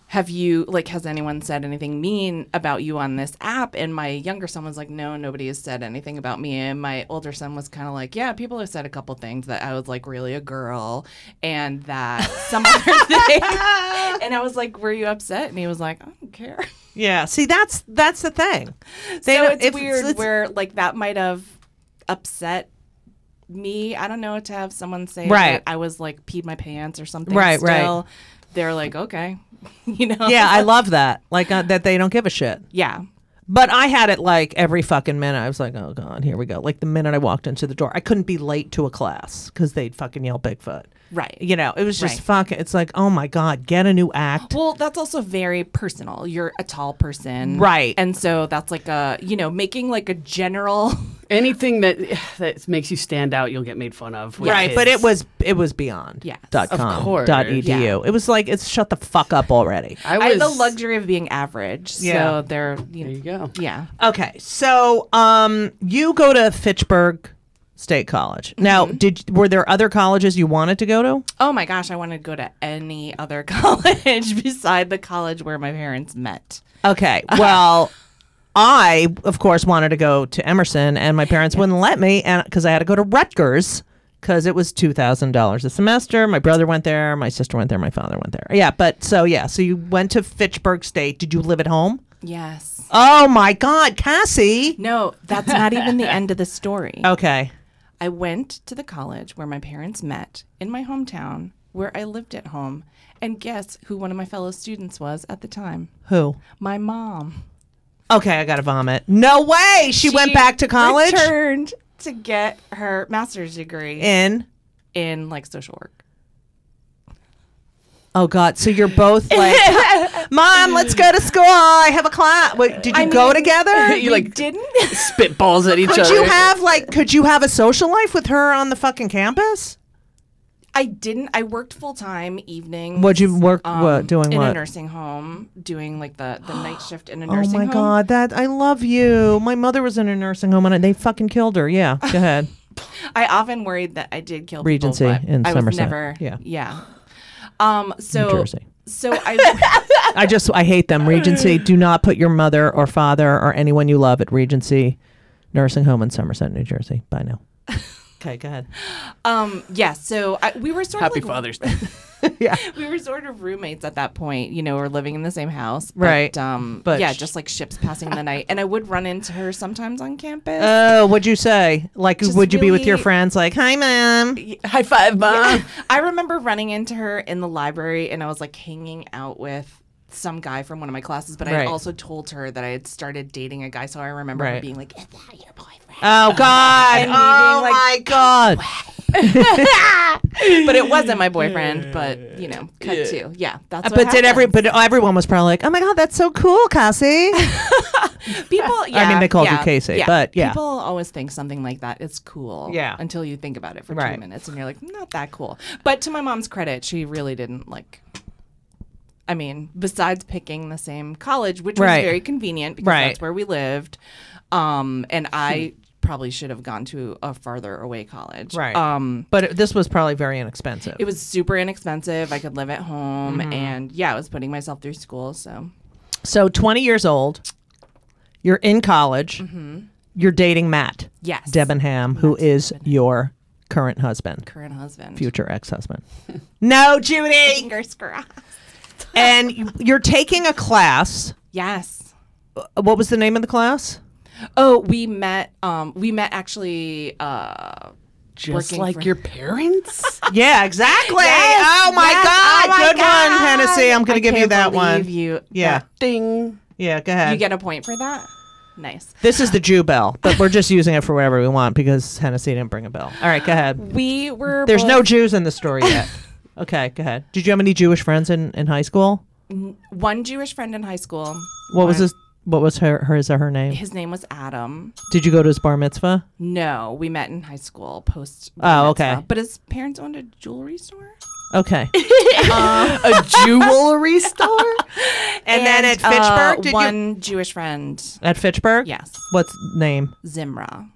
[SPEAKER 3] have you like has anyone said anything mean about you on this app and my younger son was like no nobody has said anything about me and my older son was kind of like yeah people have said a couple things that i was like really a girl and that some
[SPEAKER 1] [LAUGHS]
[SPEAKER 3] other thing and i was like were you upset and he was like i don't care
[SPEAKER 1] Yeah. See, that's that's the thing. They
[SPEAKER 3] so
[SPEAKER 1] don't-
[SPEAKER 3] it's
[SPEAKER 1] if
[SPEAKER 3] weird
[SPEAKER 1] it's-
[SPEAKER 3] where like that might have upset me, I don't know, to have someone say
[SPEAKER 1] Right.
[SPEAKER 3] that I was like peed my pants or something.
[SPEAKER 1] Right, right.
[SPEAKER 3] still, They're like, okay, [LAUGHS] you know.
[SPEAKER 1] Yeah, I love that. Like uh, that they don't give a shit.
[SPEAKER 3] [LAUGHS] yeah.
[SPEAKER 1] But I had it like every fucking minute. I was like, oh god, here we go. Like the minute I walked into the door, I couldn't be late to a class because they'd fucking yell Bigfoot.
[SPEAKER 3] Right.
[SPEAKER 1] You know, it was just
[SPEAKER 3] Right.
[SPEAKER 1] fucking. It's like, oh my god, get a new act.
[SPEAKER 3] Well, that's also very personal. You're a tall person.
[SPEAKER 1] Right.
[SPEAKER 3] And so that's like a, you know, making like a general.
[SPEAKER 4] Anything that [SIGHS] that makes you stand out, you'll get made fun of. with
[SPEAKER 1] Right, but it
[SPEAKER 4] kids.
[SPEAKER 1] was it was beyond.
[SPEAKER 3] Yes.
[SPEAKER 1] dot
[SPEAKER 4] Of
[SPEAKER 1] com
[SPEAKER 4] course.
[SPEAKER 1] dot edu.
[SPEAKER 3] Yeah.
[SPEAKER 1] It was like it's shut the fuck up already.
[SPEAKER 4] I was
[SPEAKER 3] I have the luxury of being average.
[SPEAKER 1] Yeah.
[SPEAKER 3] So they're, you know,
[SPEAKER 4] There you go.
[SPEAKER 3] yeah.
[SPEAKER 1] Okay, so um, you go to Fitchburg State College.
[SPEAKER 4] Mm-hmm.
[SPEAKER 1] Now, did were there other colleges you wanted to go to?
[SPEAKER 3] Oh my gosh, I want to go to any other [LAUGHS] college beside the college where my parents met.
[SPEAKER 1] Okay, well, [LAUGHS] I of course wanted to go to Emerson, and my parents wouldn't let me, and because I had to go to Rutgers because it was two thousand dollars a semester. My brother went there, my sister went there, my father went there. Yeah, but so yeah, so you went to Fitchburg State. Did you live at home?
[SPEAKER 3] Yes.
[SPEAKER 1] Oh my God, Cassie.
[SPEAKER 3] No, that's not
[SPEAKER 4] [LAUGHS]
[SPEAKER 3] even the end of the story.
[SPEAKER 1] Okay.
[SPEAKER 3] I went to the college where my parents met in my hometown where I lived at home. And guess who one of my fellow students was at the time?
[SPEAKER 1] Who?
[SPEAKER 3] My mom.
[SPEAKER 1] Okay, I gotta vomit. No way. She, went
[SPEAKER 3] She
[SPEAKER 1] back to college
[SPEAKER 3] Returned to get her master's degree
[SPEAKER 1] in.
[SPEAKER 3] in like social work.
[SPEAKER 1] Oh God! So you're both
[SPEAKER 3] [LAUGHS]
[SPEAKER 1] like, Mom, let's go to school. I have a class. Wait, did [LAUGHS] you go
[SPEAKER 3] mean- [LAUGHS]
[SPEAKER 1] together?
[SPEAKER 4] You like
[SPEAKER 3] Didn't?
[SPEAKER 4] spitballs at each
[SPEAKER 1] Could
[SPEAKER 4] other.
[SPEAKER 1] you have like? Could you have a social life with her on the fucking campus?
[SPEAKER 3] I didn't. I worked full time evening.
[SPEAKER 1] What'd you work?
[SPEAKER 3] um,
[SPEAKER 1] what doing?
[SPEAKER 3] in
[SPEAKER 1] What?
[SPEAKER 3] a nursing home, doing like the, the
[SPEAKER 1] [GASPS]
[SPEAKER 3] night shift in a
[SPEAKER 1] oh
[SPEAKER 3] nursing
[SPEAKER 1] my
[SPEAKER 3] home.
[SPEAKER 1] God! That I love you. My mother was in a nursing home and they fucking killed her. Yeah. Go
[SPEAKER 3] [LAUGHS]
[SPEAKER 1] ahead.
[SPEAKER 3] I often worried that I did kill
[SPEAKER 1] Regency
[SPEAKER 3] people, but
[SPEAKER 1] in
[SPEAKER 3] I was
[SPEAKER 1] Somerset.
[SPEAKER 3] never.
[SPEAKER 1] Yeah.
[SPEAKER 3] yeah. Um. So
[SPEAKER 1] Jersey. [LAUGHS]
[SPEAKER 3] so I
[SPEAKER 1] I just I hate them. Regency. Do not put your mother or father or anyone you love at Regency Nursing Home in Somerset, New Jersey. Bye
[SPEAKER 3] [LAUGHS]
[SPEAKER 1] now. okay, go ahead.
[SPEAKER 3] um yeah. So I, we were sort
[SPEAKER 4] Happy
[SPEAKER 3] of like,
[SPEAKER 1] [LAUGHS]
[SPEAKER 4] Father's Day.
[SPEAKER 3] we were sort of roommates at that point. You know, we're living in the same house, but,
[SPEAKER 1] Right.
[SPEAKER 3] Um.
[SPEAKER 1] But
[SPEAKER 3] yeah,
[SPEAKER 1] sh-
[SPEAKER 3] just like ships passing the night, and I would run into her sometimes on campus.
[SPEAKER 1] Oh, what'd you say? Like, would you be with your
[SPEAKER 3] really-
[SPEAKER 1] friends? Like, hi, mom.
[SPEAKER 4] High five, mom.
[SPEAKER 3] I remember running into her in the library and I was like hanging out with some guy from one of my classes, but I
[SPEAKER 1] Right.
[SPEAKER 3] had also told her that I had started dating a guy, so I remember her
[SPEAKER 1] Right.
[SPEAKER 3] being like, "Is that your boyfriend?"
[SPEAKER 1] Oh God.
[SPEAKER 3] And me being
[SPEAKER 1] Oh
[SPEAKER 3] like,
[SPEAKER 1] my God.
[SPEAKER 3] but it wasn't my boyfriend. But you know, cut to yeah. That's what
[SPEAKER 1] Uh, But did every?
[SPEAKER 3] happens.
[SPEAKER 1] But everyone was probably like, oh my God, that's so cool,
[SPEAKER 3] [LAUGHS]
[SPEAKER 1] Cassie. [LAUGHS]
[SPEAKER 3] people? Yeah,
[SPEAKER 1] mean, they called you
[SPEAKER 3] yeah,
[SPEAKER 1] Casey, but yeah.
[SPEAKER 3] people always think something like that is cool.
[SPEAKER 1] Yeah.
[SPEAKER 3] until you think about it for
[SPEAKER 1] Right.
[SPEAKER 3] two minutes and you're like, not that cool. But to my mom's credit, she really didn't like. I mean, besides picking the same college, which
[SPEAKER 1] Right.
[SPEAKER 3] was very convenient because
[SPEAKER 1] Right. Hmm.
[SPEAKER 3] that's where we lived, um, and I probably should have gone to a farther away college.
[SPEAKER 1] Right.
[SPEAKER 3] Um,
[SPEAKER 1] but it- this was probably very inexpensive.
[SPEAKER 3] it was super inexpensive. I could live at home,
[SPEAKER 1] Mm-hmm.
[SPEAKER 3] and yeah, I was putting myself through school. So
[SPEAKER 1] so 20 years old. You're in college. You're dating Matt
[SPEAKER 3] Mm-hmm. yes,
[SPEAKER 1] Debenham, who is your current husband.
[SPEAKER 3] current husband.
[SPEAKER 1] future ex-husband. [LAUGHS] no, Judy.
[SPEAKER 3] Fingers crossed.
[SPEAKER 1] And you- you're taking a class.
[SPEAKER 3] Yes.
[SPEAKER 1] What was the name of the class?
[SPEAKER 3] [LAUGHS] Oh, we met. Um, we met actually. Uh,
[SPEAKER 4] Just
[SPEAKER 3] Working
[SPEAKER 4] like
[SPEAKER 3] for-
[SPEAKER 4] your parents.
[SPEAKER 1] Yeah, exactly. oh my
[SPEAKER 3] yes,
[SPEAKER 1] God,
[SPEAKER 3] oh my
[SPEAKER 1] good one,
[SPEAKER 3] God.
[SPEAKER 1] Hennessy. I'm
[SPEAKER 3] I
[SPEAKER 1] going to give you
[SPEAKER 3] can't
[SPEAKER 1] that
[SPEAKER 3] believe
[SPEAKER 1] one.
[SPEAKER 3] You.
[SPEAKER 1] yeah,
[SPEAKER 4] Ding.
[SPEAKER 1] yeah. Go
[SPEAKER 3] that-
[SPEAKER 1] ahead.
[SPEAKER 3] you get a point for that. Nice.
[SPEAKER 1] this is the Jew bell, but we're just using it for whatever we want because Hennessy didn't bring a bell. All right, go ahead.
[SPEAKER 3] We were.
[SPEAKER 1] There's no
[SPEAKER 3] both-
[SPEAKER 1] Jews in the story
[SPEAKER 3] [LAUGHS]
[SPEAKER 1] yet. Okay, go ahead. Did you have any Jewish friends in, in high school?
[SPEAKER 3] one Jewish friend in high school.
[SPEAKER 1] What was his? What was her hers or her name?
[SPEAKER 3] His name was Adam.
[SPEAKER 1] Did you go to his bar mitzvah?
[SPEAKER 3] No, we met in high school post.
[SPEAKER 1] Oh, okay.
[SPEAKER 3] But his parents owned a jewelry store. [LAUGHS]
[SPEAKER 1] Okay.
[SPEAKER 3] Uh,
[SPEAKER 4] A jewelry store?
[SPEAKER 1] [LAUGHS] And, then at
[SPEAKER 3] uh,
[SPEAKER 1] Fitchburg, did you
[SPEAKER 3] one Jewish friend.
[SPEAKER 1] At Fitchburg?
[SPEAKER 3] Yes,
[SPEAKER 1] What's name?
[SPEAKER 3] Zimra.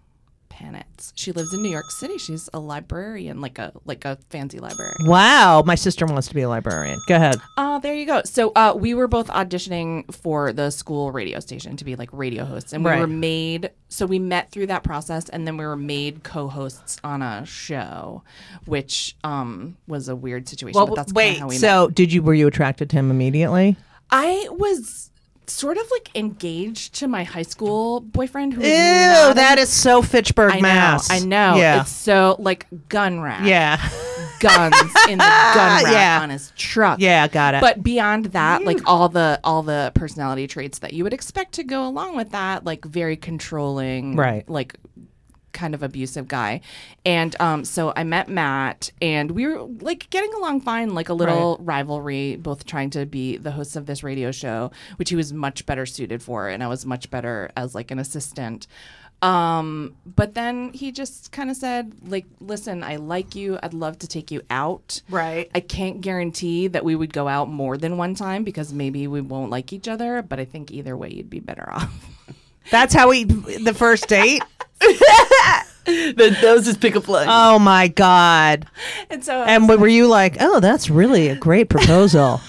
[SPEAKER 3] Panitz. She lives in New York City. She's a librarian, like a like a fancy library.
[SPEAKER 1] Wow, my sister wants to be a librarian. Go ahead.
[SPEAKER 3] Oh, there you go. So uh, we were both auditioning for the school radio station to be like radio hosts, and we
[SPEAKER 1] Right.
[SPEAKER 3] were made. So we met through that process, and then we were made co-hosts on a show, which um, was a Oh, weird situation. but that's kinda how we met.
[SPEAKER 1] so did you were you attracted to him immediately?
[SPEAKER 3] I was sort of like engaged to my high school boyfriend who was
[SPEAKER 6] Ew,
[SPEAKER 3] not a-
[SPEAKER 6] that is so Fitchburg,
[SPEAKER 3] I know,
[SPEAKER 6] Mass.
[SPEAKER 3] I know.
[SPEAKER 6] Yeah.
[SPEAKER 3] It's so like gun rack. [LAUGHS]
[SPEAKER 1] [LAUGHS]
[SPEAKER 6] yeah.
[SPEAKER 3] Guns
[SPEAKER 6] [LAUGHS]
[SPEAKER 3] in the gun rack
[SPEAKER 6] Yeah.
[SPEAKER 3] on his truck.
[SPEAKER 6] Yeah, got it. Mm.
[SPEAKER 3] But beyond that, like all the all the personality traits that you would expect to go along with that, like very controlling,
[SPEAKER 6] Right.
[SPEAKER 3] Like kind of abusive guy. And um, so I met Matt, and we were like getting along fine, like a little rivalry, both trying to be the hosts of this radio show, which he was much better suited for, and I was much better as like an assistant. Um, but then he just kind of said, like, listen, I like you. I'd love to take you out.
[SPEAKER 6] Right.
[SPEAKER 3] I can't guarantee that we would go out more than one time because maybe we won't like each other, but I think either way you'd be better off.
[SPEAKER 6] That's how we the first date.
[SPEAKER 4] That, that was his pickup line.
[SPEAKER 6] Oh my god!
[SPEAKER 3] [LAUGHS] and so
[SPEAKER 6] And were you like, oh, that's really a great proposal?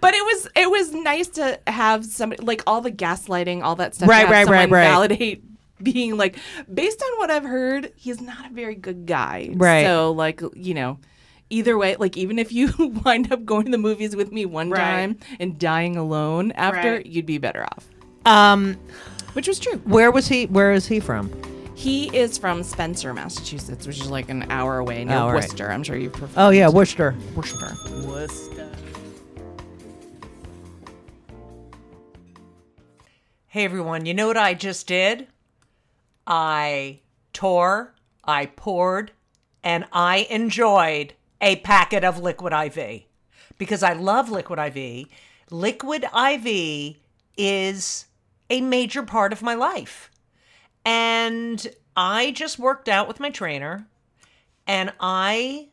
[SPEAKER 3] but it was it was nice to have somebody like all the gaslighting, all that stuff. to
[SPEAKER 6] Right,
[SPEAKER 3] have
[SPEAKER 6] right,
[SPEAKER 3] someone
[SPEAKER 6] right, right.
[SPEAKER 3] Validate [LAUGHS] being like, based on what I've heard, he's not a very good guy.
[SPEAKER 6] Right.
[SPEAKER 3] So like you know, either way, like even if you [LAUGHS] wind up going to the movies with me one time and dying alone after,
[SPEAKER 6] Right.
[SPEAKER 3] you'd be better off.
[SPEAKER 6] [LAUGHS] um,
[SPEAKER 3] Which was true.
[SPEAKER 6] where was he? Where is he from?
[SPEAKER 3] He is from Spencer, Massachusetts, which is like an hour away near
[SPEAKER 6] Oh, right.
[SPEAKER 3] Worcester. I'm sure you've preferred
[SPEAKER 6] Oh yeah, Worcester.
[SPEAKER 3] Worcester.
[SPEAKER 1] Hey everyone, you know what I just did? I tore, I poured, and I enjoyed a packet of Liquid IV because I love Liquid IV. Liquid IV is a major part of my life. And I just worked out with my trainer and I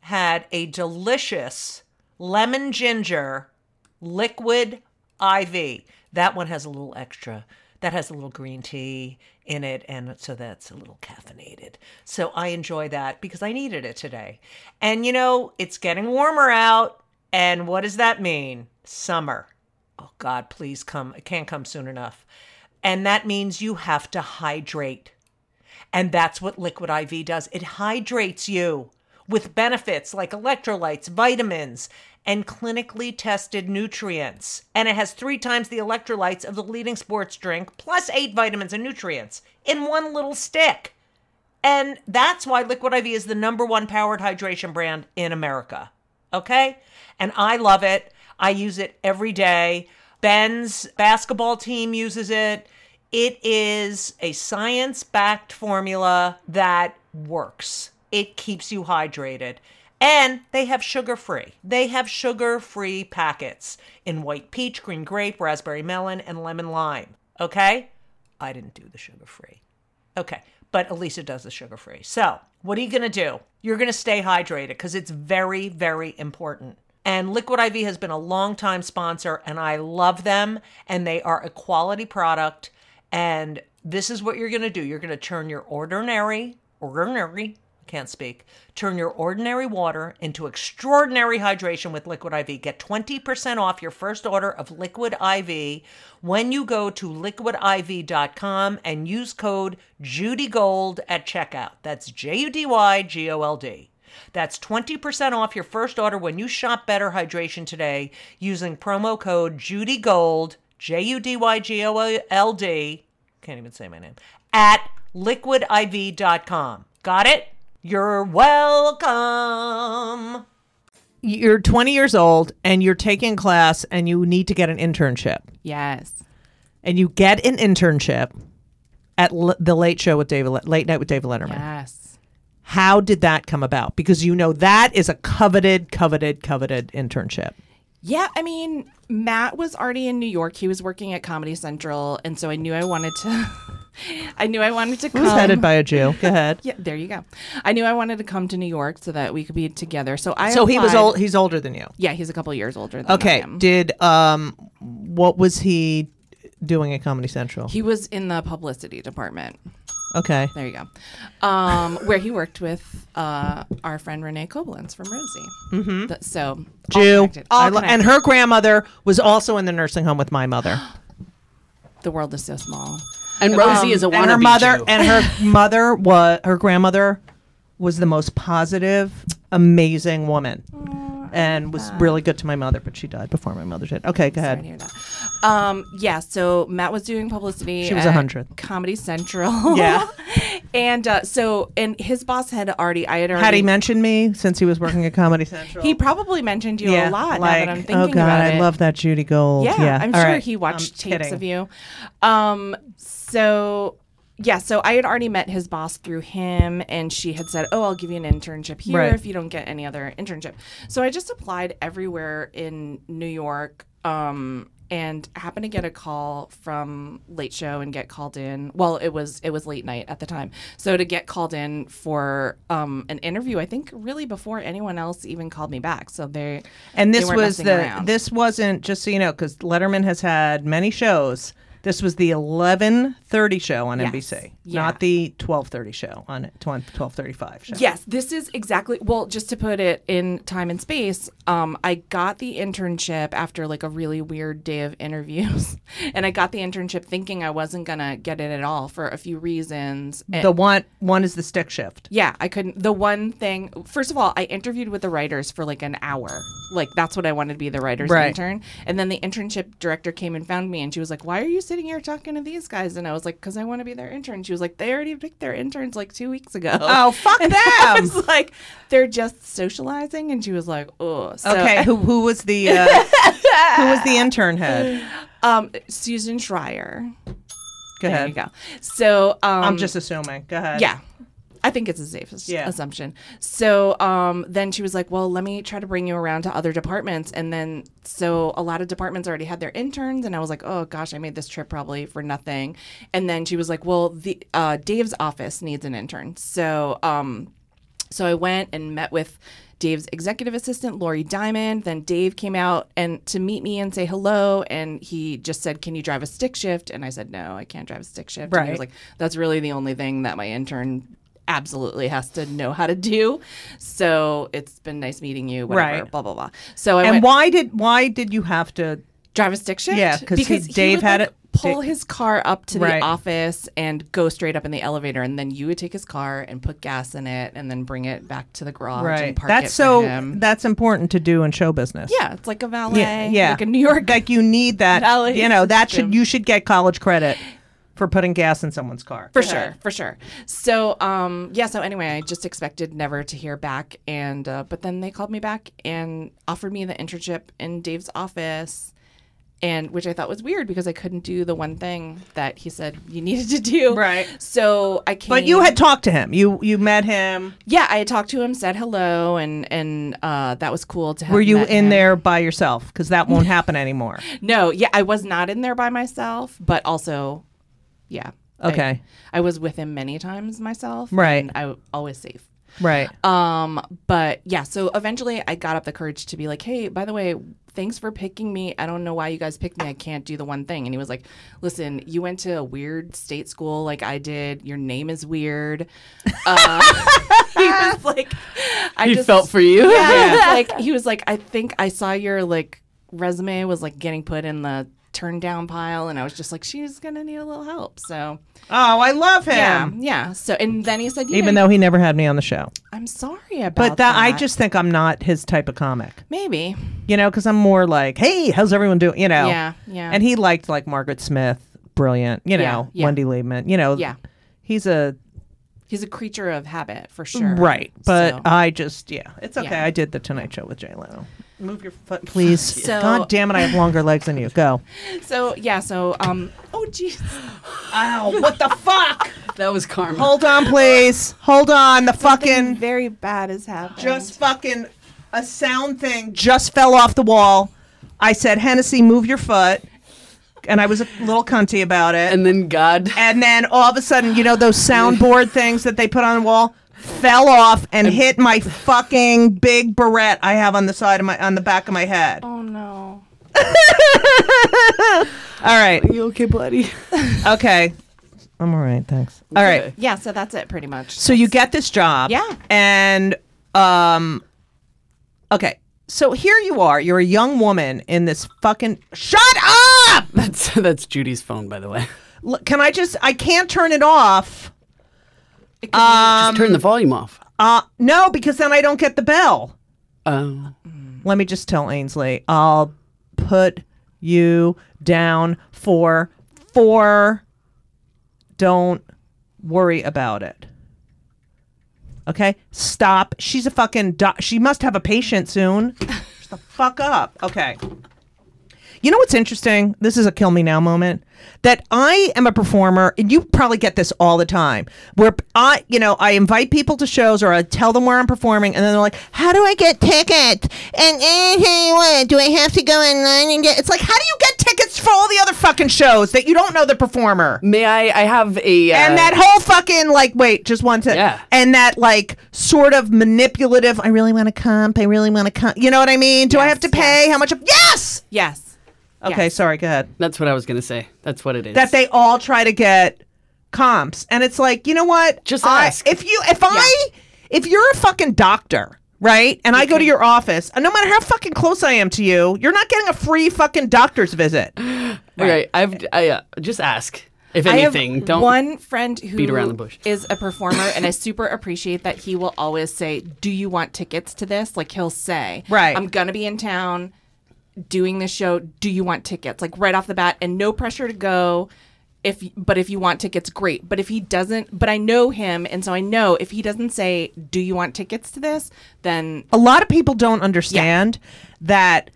[SPEAKER 1] had a delicious lemon ginger liquid IV. That one has a little extra. That has a little green tea in it, and so that's a little caffeinated. So I enjoy that because I needed it today. And you know, it's getting warmer out, and what does that mean? Summer. Oh God, please come. It can't come soon enough. And that means you have to hydrate. And that's what Liquid IV does. It hydrates you with benefits like electrolytes, vitamins, and clinically tested nutrients. And it has three times the electrolytes of the leading sports drink, plus eight vitamins and nutrients in one little stick. And that's why Liquid IV is the number one powered hydration brand in America. Okay? And I love it. I use it every day. Ben's basketball team uses it. It is a science backed formula that works, it keeps you hydrated. And they have sugar free. They have sugar free packets in white peach, green grape, raspberry melon, and lemon lime. Okay? I didn't do the sugar free. Okay. But Elisa does the sugar free. So, what are you going to do? You're going to stay hydrated because it's very, very important. And Liquid IV has been a longtime sponsor, and I love them, and they are a quality product. And this is what you're going to do you're going to turn your ordinary, ordinary, can't speak. Turn your ordinary water into extraordinary hydration with Liquid IV. Get 20% off your first order of Liquid IV when you go to liquidiv.com and use code JudyGold at checkout. That's J U D Y G O L D. That's 20% off your first order when you shop Better Hydration today using promo code JudyGold, J U D Y G O L D can't even say my name, at liquidiv.com. Got it? You're welcome.
[SPEAKER 6] You're 20 years old, and you're taking class, and you need to get an internship.
[SPEAKER 3] Yes.
[SPEAKER 6] And you get an internship at L- the Late Show with David, Le- Late Night with David Letterman.
[SPEAKER 3] Yes.
[SPEAKER 6] How did that come about? Because you know that is a coveted, coveted, coveted internship.
[SPEAKER 3] Yeah, I mean, Matt was already in New York. He was working at Comedy Central, and so I knew I wanted to. [LAUGHS] I knew I wanted to come.
[SPEAKER 6] Who's headed by a Jew? Go ahead.
[SPEAKER 3] yeah, there you go. I knew I wanted to come to New York so that we could be together. So I.
[SPEAKER 6] So he was
[SPEAKER 3] applied-
[SPEAKER 6] old. He's older than you.
[SPEAKER 3] Yeah, he's a couple years older. Than I
[SPEAKER 6] Okay.
[SPEAKER 3] am.
[SPEAKER 6] Did um, what was he doing at Comedy Central?
[SPEAKER 3] He was in the publicity department.
[SPEAKER 6] Okay.
[SPEAKER 3] There you go. Um, [LAUGHS] where he worked with uh, our friend Renee Koblenz from Rosie. Mm-hmm. so all
[SPEAKER 6] Jew.
[SPEAKER 3] connected, all
[SPEAKER 6] I lo- and
[SPEAKER 3] connected.
[SPEAKER 6] her grandmother was also in the nursing home with
[SPEAKER 3] [GASPS]
[SPEAKER 6] my mother.
[SPEAKER 3] the world is so small.
[SPEAKER 4] and Rosie is a
[SPEAKER 6] and
[SPEAKER 4] wannabe
[SPEAKER 6] her mother
[SPEAKER 4] Jew.
[SPEAKER 6] and her mother was her grandmother was the most positive, amazing woman. and was really good to my mother, but she died before my mother did. Okay, go
[SPEAKER 3] I
[SPEAKER 6] ahead.
[SPEAKER 3] hear that. Um, yeah, so Matt was doing publicity.
[SPEAKER 6] She was
[SPEAKER 3] at
[SPEAKER 6] 100.
[SPEAKER 3] Comedy Central.
[SPEAKER 6] Yeah.
[SPEAKER 3] [LAUGHS] and uh, so, and his boss had already, I had already.
[SPEAKER 6] Had he mentioned me since he was working at Comedy Central?
[SPEAKER 3] He probably mentioned you a lot. now that I'm thinking
[SPEAKER 6] oh god,
[SPEAKER 3] about
[SPEAKER 6] I
[SPEAKER 3] it.
[SPEAKER 6] love that Judy Gold.
[SPEAKER 3] Yeah,
[SPEAKER 6] Yeah,
[SPEAKER 3] I'm
[SPEAKER 6] All
[SPEAKER 3] sure
[SPEAKER 6] right.
[SPEAKER 3] he watched
[SPEAKER 6] I'm
[SPEAKER 3] tapes
[SPEAKER 6] kidding.
[SPEAKER 3] of you. Um, so yeah, so I had already met his boss through him, and she had said, "Oh, I'll give you an internship here
[SPEAKER 6] Right.
[SPEAKER 3] if you don't get any other internship." So I just applied everywhere in New York, um, and happened to get a call from Late Show and get called in. Well, it was it was late night at the time, so to get called in for um, an interview, I think really before anyone else even called me back. So they
[SPEAKER 6] And
[SPEAKER 3] they
[SPEAKER 6] this
[SPEAKER 3] weren't
[SPEAKER 6] was
[SPEAKER 3] messing
[SPEAKER 6] the
[SPEAKER 3] around.
[SPEAKER 6] this wasn't just so you know because Letterman has had many shows. This was the eleven thirty show on
[SPEAKER 3] Yes.
[SPEAKER 6] NBC,
[SPEAKER 3] Yeah.
[SPEAKER 6] not the twelve thirty show on twelve thirty five show.
[SPEAKER 3] Yes, this is exactly. Well, just to put it in time and space, um, I got the internship after like a really weird day of interviews, [LAUGHS] and I got the internship thinking I wasn't gonna get it at all for a few reasons. And-
[SPEAKER 6] the one one is the stick shift.
[SPEAKER 3] yeah, I couldn't. The one thing, first of all, I interviewed with the writers for like an hour. Like that's what I wanted to be the writers
[SPEAKER 6] Right.
[SPEAKER 3] intern. And then the internship director came and found me, and she was like, "Why are you sitting here talking to these guys?" And I was like, "Cause I want to be their intern." She was like, "They already picked their interns like two weeks ago." [LAUGHS]
[SPEAKER 6] Oh fuck them!
[SPEAKER 3] I was like, they're just socializing, and she was like, oh. So,
[SPEAKER 6] okay, who who was
[SPEAKER 3] [LAUGHS]
[SPEAKER 6] the uh, who was the intern head?
[SPEAKER 3] Um, Susan Schreier.
[SPEAKER 6] Go
[SPEAKER 3] There you
[SPEAKER 6] ahead.
[SPEAKER 3] go. So, um,
[SPEAKER 6] I'm just assuming. Go ahead.
[SPEAKER 3] yeah. I think it's a safe as-
[SPEAKER 6] Yeah.
[SPEAKER 3] assumption. So um, then she was like, "Well, let me try to bring you around to other departments." And then so a lot of departments already had their interns, and I was like, "Oh gosh, I made this trip probably for nothing." And then she was like, "Well, the uh, Dave's office needs an intern." So um, So I went and met with Dave's executive assistant, Lori Diamond. Then Dave came out and to meet me and say hello. And he just said, Can you drive a stick shift? And I said, No, I can't drive a stick shift. And he was
[SPEAKER 6] Right.
[SPEAKER 3] like, That's really the only thing that my intern absolutely has to know how to do. So it's been nice meeting you, whatever,
[SPEAKER 6] Right.
[SPEAKER 3] blah, blah, blah. So I
[SPEAKER 6] And
[SPEAKER 3] went,
[SPEAKER 6] why did why did you have to?
[SPEAKER 3] drive a stick shift?
[SPEAKER 6] Yeah, 'cause he-
[SPEAKER 3] he
[SPEAKER 6] Dave
[SPEAKER 3] would,
[SPEAKER 6] had
[SPEAKER 3] like,
[SPEAKER 6] it-
[SPEAKER 3] Pull
[SPEAKER 6] Da-
[SPEAKER 3] his car up to
[SPEAKER 6] Right.
[SPEAKER 3] the office and go straight up in the elevator, and then you would take his car and put gas in it, and then bring it back to the garage and park it
[SPEAKER 6] That's
[SPEAKER 3] for
[SPEAKER 6] so.
[SPEAKER 3] him.
[SPEAKER 6] That's important to do in show business.
[SPEAKER 3] Yeah, it's like a valet,
[SPEAKER 6] Yeah, yeah.
[SPEAKER 3] like a New York.
[SPEAKER 6] like you need that
[SPEAKER 3] Valet
[SPEAKER 6] you know that
[SPEAKER 3] system.
[SPEAKER 6] should you should get college credit for putting gas in someone's car
[SPEAKER 3] for sure, for sure. So, um, yeah. So anyway, I just expected never to hear back, and uh, but then they called me back and offered me the internship in Dave's office, and which I thought was weird because I couldn't do the one thing that he said you [LAUGHS] needed to do.
[SPEAKER 6] Right.
[SPEAKER 3] So I came.
[SPEAKER 6] but you had talked to him you you met him
[SPEAKER 3] yeah. I had talked to him, said hello, and and uh, that was cool to have.
[SPEAKER 6] were you
[SPEAKER 3] met
[SPEAKER 6] in
[SPEAKER 3] him.
[SPEAKER 6] there by yourself because that won't happen
[SPEAKER 3] [LAUGHS]
[SPEAKER 6] anymore
[SPEAKER 3] No, yeah, I was not in there by myself, but also, yeah. I-
[SPEAKER 6] Okay.
[SPEAKER 3] I, was with him many times myself.
[SPEAKER 6] Right.
[SPEAKER 3] And I w- always safe.
[SPEAKER 6] right
[SPEAKER 3] Um, but yeah, so eventually I got up the courage to be like, hey, by the way, thanks for picking me. I don't know why you guys picked me. I can't do the one thing. And he was like, listen, you went to a weird state school like I did. Your name is weird.
[SPEAKER 6] [LAUGHS]
[SPEAKER 3] Uh, [LAUGHS] he was like, I
[SPEAKER 4] He
[SPEAKER 3] just
[SPEAKER 4] felt for you.
[SPEAKER 3] yeah. like he was like, I think I saw your like resume was like getting put in the turn down pile, and I was just like, she's gonna need a little help. So
[SPEAKER 6] oh i love him
[SPEAKER 3] yeah, yeah. So and then he said, you
[SPEAKER 6] even
[SPEAKER 3] know,
[SPEAKER 6] though he never had me on the show
[SPEAKER 3] I'm sorry about
[SPEAKER 6] but that, i just think i'm not his type of comic
[SPEAKER 3] maybe
[SPEAKER 6] you know because i'm more like hey how's everyone doing you know
[SPEAKER 3] Yeah, yeah.
[SPEAKER 6] and he liked like margaret smith brilliant you know
[SPEAKER 3] Yeah, yeah.
[SPEAKER 6] wendy liebman you know
[SPEAKER 3] Yeah.
[SPEAKER 6] he's a
[SPEAKER 3] he's a creature of habit for sure.
[SPEAKER 6] Right. But uh,
[SPEAKER 3] So-
[SPEAKER 6] I just, yeah, it's okay.
[SPEAKER 3] Yeah.
[SPEAKER 6] I did the Tonight Show with Jay Leno. Move your [LAUGHS] foot, please.
[SPEAKER 3] So-
[SPEAKER 6] God damn it, I have longer legs than you. Go.
[SPEAKER 3] so yeah, so um, oh jeez,
[SPEAKER 6] [LAUGHS]
[SPEAKER 3] [LAUGHS]
[SPEAKER 6] Ow, what the fuck?
[SPEAKER 4] [LAUGHS] That was karma.
[SPEAKER 6] Hold on, please. Hold on. The fucking,
[SPEAKER 3] very bad has happened.
[SPEAKER 6] just fucking, a sound thing just fell off the wall. I said, Hennessy, move your foot. And I was a little cunty about it.
[SPEAKER 4] and then God.
[SPEAKER 6] and then all of a sudden, you know those soundboard things that they put on the wall fell off and hit my fucking big barrette I have on the side of my on the back of my head.
[SPEAKER 3] oh no.
[SPEAKER 6] All right.
[SPEAKER 4] You okay, buddy?
[SPEAKER 6] Okay. I'm all right, thanks. All right.
[SPEAKER 3] Yeah, so that's it pretty much.
[SPEAKER 6] So you get this job.
[SPEAKER 3] Yeah.
[SPEAKER 6] And um okay. So here you are. You're a young woman in this fucking Shut up.
[SPEAKER 4] [LAUGHS] That's that's Judy's phone, by the way. [LAUGHS]
[SPEAKER 6] L- Can I just I can't turn it off.
[SPEAKER 4] Just turn the volume off.
[SPEAKER 6] Uh no, because then I don't get the bell.
[SPEAKER 4] Oh,
[SPEAKER 6] let me just tell Ainsley, I'll put you down for four. Don't worry about it. Okay? Stop. She's a fucking doc. She must have a patient soon. Shut the fuck up. Okay. You know what's interesting? This is a kill me now moment. That I am a performer, and you probably get this all the time. Where I, you know, I invite people to shows or I tell them where I'm performing, and then they're like, "How do I get tickets?" And eh, what? do I have to go online and get? It's like, how do you get tickets for all the other fucking shows that you don't know the performer?
[SPEAKER 4] May I? I have a. Uh,
[SPEAKER 6] and that whole fucking like wait just one second
[SPEAKER 4] Yeah.
[SPEAKER 6] and that like sort of manipulative i really want to comp i really want to comp you know what i mean do i
[SPEAKER 3] Yes,
[SPEAKER 6] have to pay how much yes
[SPEAKER 3] Yes.
[SPEAKER 6] okay sorry go ahead
[SPEAKER 4] That's what I was gonna say. That's what it is.
[SPEAKER 6] that they all try to get comps and it's like you know what
[SPEAKER 4] Just
[SPEAKER 6] I-
[SPEAKER 4] ask.
[SPEAKER 6] if you if i if you're a fucking doctor right and i go to your office and no matter how fucking close i am to you you're not getting a free fucking doctor's visit
[SPEAKER 4] right. I've. I uh, just ask if
[SPEAKER 3] I have
[SPEAKER 4] anything. Don't.
[SPEAKER 3] one friend who
[SPEAKER 4] beat around the bush.
[SPEAKER 3] is a performer, and I super appreciate that he will always say, "Do you want tickets to this?" Like he'll say,
[SPEAKER 6] Right.
[SPEAKER 3] I'm gonna be in town doing this show. Do you want tickets?" Like right off the bat, and no pressure to go. If but if you want tickets, great. But if he doesn't, but I know him, and so I know if he doesn't say, "Do you want tickets to this?" Then
[SPEAKER 6] a lot of people don't understand that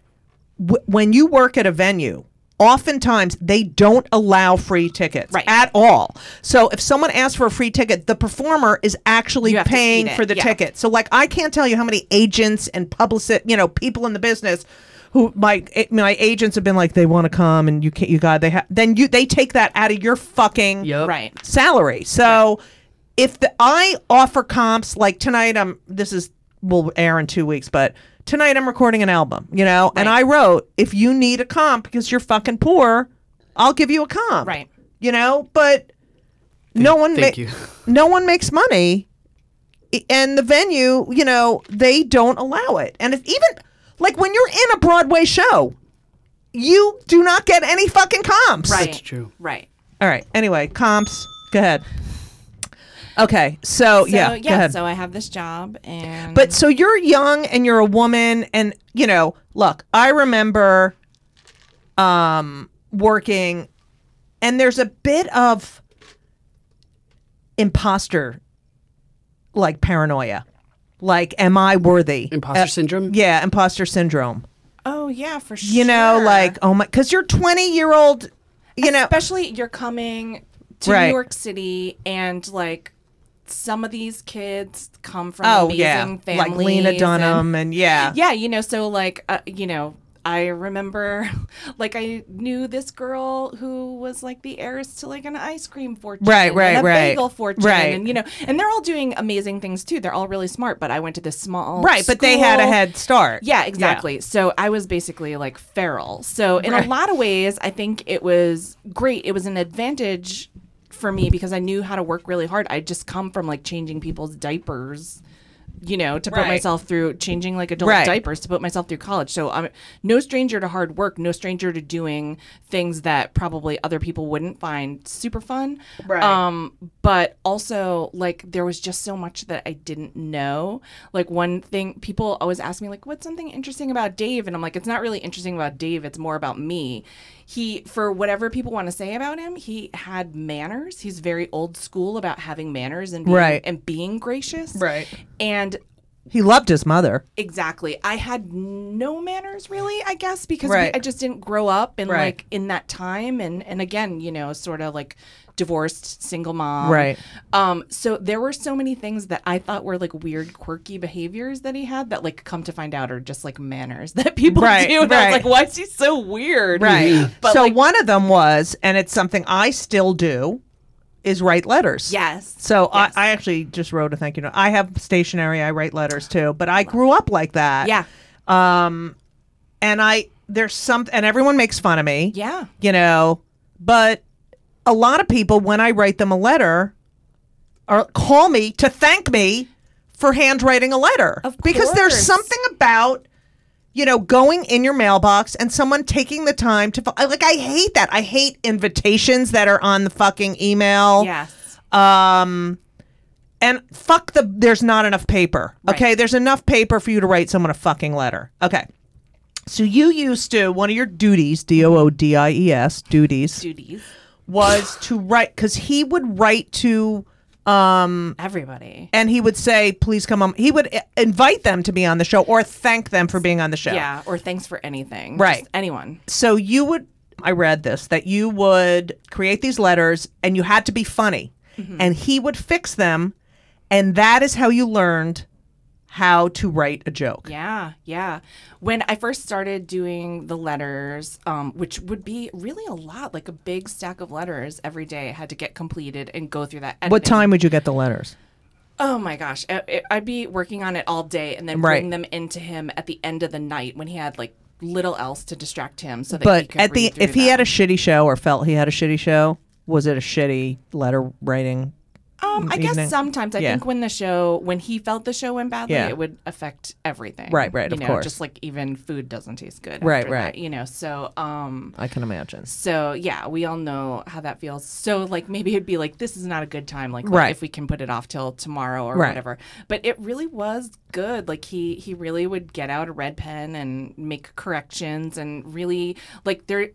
[SPEAKER 6] w- when you work at a venue, oftentimes they don't allow free tickets
[SPEAKER 3] Right.
[SPEAKER 6] at all. So if someone asks for a free ticket, the performer is actually
[SPEAKER 3] You have to
[SPEAKER 6] paying
[SPEAKER 3] eat it,
[SPEAKER 6] for the
[SPEAKER 3] yeah.
[SPEAKER 6] ticket. So like I can't tell you how many agents and publicist, you know, people in the business who my eh, my agents have been like they want to come and you can't you got they have then you they take that out of your fucking
[SPEAKER 4] Yep.
[SPEAKER 3] right.
[SPEAKER 6] salary. So if the I offer comps like tonight, I'm this is will air in two weeks, but tonight I'm recording an album, you know, and I wrote if you need a comp because you're fucking poor, I'll give you a comp,
[SPEAKER 3] Right.
[SPEAKER 6] You know, but no one
[SPEAKER 4] thank
[SPEAKER 6] ma-
[SPEAKER 4] you.
[SPEAKER 6] [LAUGHS] no one makes money, I- and the venue, you know, they don't allow it, and it's even like when you're in a Broadway show. You do not get any fucking comps.
[SPEAKER 3] Right.
[SPEAKER 4] It's true.
[SPEAKER 3] Right.
[SPEAKER 6] All right. Anyway, comps. Go ahead. Okay. So,
[SPEAKER 3] So,
[SPEAKER 6] yeah. Go ahead.
[SPEAKER 3] So I have this job, and
[SPEAKER 6] but so you're young and you're a woman, and you know, look, I remember um, working, and there's a bit of imposter, like paranoia, like, am I worthy?
[SPEAKER 4] Imposter
[SPEAKER 6] Uh,
[SPEAKER 4] syndrome.
[SPEAKER 6] Yeah, imposter syndrome.
[SPEAKER 3] oh yeah, for sure.
[SPEAKER 6] You know, like, oh my, because you're 20 year old. You know,
[SPEAKER 3] especially you're coming to
[SPEAKER 6] Right.
[SPEAKER 3] New York City and like some of these kids come from
[SPEAKER 6] oh
[SPEAKER 3] amazing
[SPEAKER 6] yeah,
[SPEAKER 3] families.
[SPEAKER 6] like Lena
[SPEAKER 3] and-
[SPEAKER 6] Dunham, and yeah,
[SPEAKER 3] yeah, you know, so like uh, you know, I remember [LAUGHS] like I knew this girl who was like the heiress to like an ice cream fortune,
[SPEAKER 6] Right, right,
[SPEAKER 3] and a
[SPEAKER 6] right.
[SPEAKER 3] bagel fortune,
[SPEAKER 6] Right.
[SPEAKER 3] and you know, and they're all doing amazing things too. They're all really smart, but I went to this small
[SPEAKER 6] right but they had a
[SPEAKER 3] school.
[SPEAKER 6] head start
[SPEAKER 3] Yeah, exactly. So I was basically like feral. So in a lot of ways, I think it was great. It was an advantage for me because I knew how to work really hard. I just come from like changing people's diapers, you know, to put
[SPEAKER 6] Right.
[SPEAKER 3] myself through changing like adult
[SPEAKER 6] Right.
[SPEAKER 3] diapers to put myself through college. So I'm no stranger to hard work, no stranger to doing things that probably other people wouldn't find super fun. Right. Um, but also like there was just so much that I didn't know. Like one thing people always ask me like what's something interesting about Dave and I'm like it's not really interesting about Dave, it's more about me. He for whatever people want to say about him, he had manners. He's very old school about having manners and being,
[SPEAKER 6] Right.
[SPEAKER 3] and being gracious.
[SPEAKER 6] Right.
[SPEAKER 3] And
[SPEAKER 6] he loved his mother
[SPEAKER 3] Exactly. I had no manners really, I guess, because we-
[SPEAKER 6] Right.
[SPEAKER 3] I just didn't grow up and
[SPEAKER 6] Right.
[SPEAKER 3] like in that time and and again, you know, sort of like divorced single mom.
[SPEAKER 6] Right.
[SPEAKER 3] Um so there were so many things that I thought were like weird quirky behaviors that he had that like come to find out are just like manners [LAUGHS] that people
[SPEAKER 6] Right,
[SPEAKER 3] do. And I was like,
[SPEAKER 6] right.
[SPEAKER 3] why is he so weird? But
[SPEAKER 6] so
[SPEAKER 3] like-
[SPEAKER 6] one of them was and it's something i still do is write letters
[SPEAKER 3] Yes.
[SPEAKER 6] so
[SPEAKER 3] Yes.
[SPEAKER 6] I, I actually just wrote a thank you note i have stationery i write letters too but i grew up like that
[SPEAKER 3] Yeah.
[SPEAKER 6] and i there's some and everyone makes fun of me
[SPEAKER 3] Yeah.
[SPEAKER 6] you know but a lot of people when i write them a letter or call me to thank me for handwriting a letter
[SPEAKER 3] Of
[SPEAKER 6] because there's
[SPEAKER 3] course.
[SPEAKER 6] something about you know going in your mailbox and someone taking the time to fo- I- like i hate that i hate invitations that are on the fucking email
[SPEAKER 3] Yes.
[SPEAKER 6] and fuck the there's not enough paper okay there's enough paper for you to write someone a fucking letter okay So you used to one of your duties, D O O D I E S duties,
[SPEAKER 3] Duties.
[SPEAKER 6] was to write because he would write to, um,
[SPEAKER 3] Everybody.
[SPEAKER 6] and he would say, "Please come on." He would i- invite them to be on the show or thank them for being on the show.
[SPEAKER 3] Yeah. Or thanks for anything.
[SPEAKER 6] Right.
[SPEAKER 3] Just anyone.
[SPEAKER 6] So you would, I read this that you would create these letters and you had to be funny,
[SPEAKER 3] Mm-hmm.
[SPEAKER 6] and he would fix them, and that is how you learned how to write a joke.
[SPEAKER 3] Yeah, yeah. When I first started doing the letters, um, which would be really a lot, like a big stack of letters every day, I had to get completed and go through that.
[SPEAKER 6] What
[SPEAKER 3] editing.
[SPEAKER 6] time would you get the letters?
[SPEAKER 3] Oh my gosh, I, I- I'd be working on it all day and then
[SPEAKER 6] Right.
[SPEAKER 3] bring them into him at the end of the night when he had like little else to distract him. So that he
[SPEAKER 6] But
[SPEAKER 3] could
[SPEAKER 6] at the
[SPEAKER 3] read through
[SPEAKER 6] if he had a
[SPEAKER 3] them.
[SPEAKER 6] shitty show or felt he had a shitty show, was it a shitty letter writing?
[SPEAKER 3] um, I
[SPEAKER 6] evening-
[SPEAKER 3] guess sometimes I
[SPEAKER 6] Yeah.
[SPEAKER 3] think when the show when he felt the show went badly,
[SPEAKER 6] Yeah.
[SPEAKER 3] it would affect everything.
[SPEAKER 6] Right, right,
[SPEAKER 3] you
[SPEAKER 6] of
[SPEAKER 3] know,
[SPEAKER 6] course.
[SPEAKER 3] Just like even food doesn't taste good.
[SPEAKER 6] Right,
[SPEAKER 3] after that,
[SPEAKER 6] right.
[SPEAKER 3] you know, so um.
[SPEAKER 6] I can imagine.
[SPEAKER 3] So yeah, we all know how that feels. So like maybe it'd be like this is not a good time. Like, like,
[SPEAKER 6] Right.
[SPEAKER 3] if we can put it off till tomorrow or
[SPEAKER 6] Right.
[SPEAKER 3] whatever. But it really was good. Like he he really would get out a red pen and make corrections and really like there.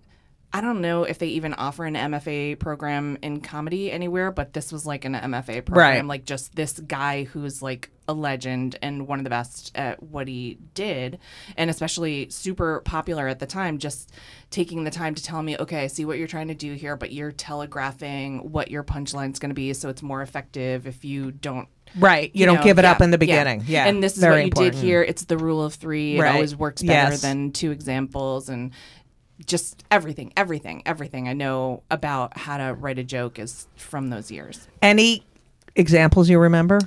[SPEAKER 3] I don't know if they even offer an MFA program in comedy anywhere, but this was like an MFA program.
[SPEAKER 6] Right.
[SPEAKER 3] Like just this guy who's like a legend and one of the best at what he did, and especially super popular at the time. Just taking the time to tell me, okay, I see what you're trying to do here, but you're telegraphing what your punchline's going to be, so it's more effective if you don't.
[SPEAKER 6] Right. You, don't
[SPEAKER 3] know,
[SPEAKER 6] give it up
[SPEAKER 3] yeah,
[SPEAKER 6] in the beginning. Yeah.
[SPEAKER 3] and this is
[SPEAKER 6] Very
[SPEAKER 3] what you
[SPEAKER 6] important.
[SPEAKER 3] did here. It's the rule of three.
[SPEAKER 6] Right.
[SPEAKER 3] It always works better
[SPEAKER 6] Yes.
[SPEAKER 3] than two examples, and just everything, everything, everything I know about how to write a joke is from those years.
[SPEAKER 6] Any examples you remember?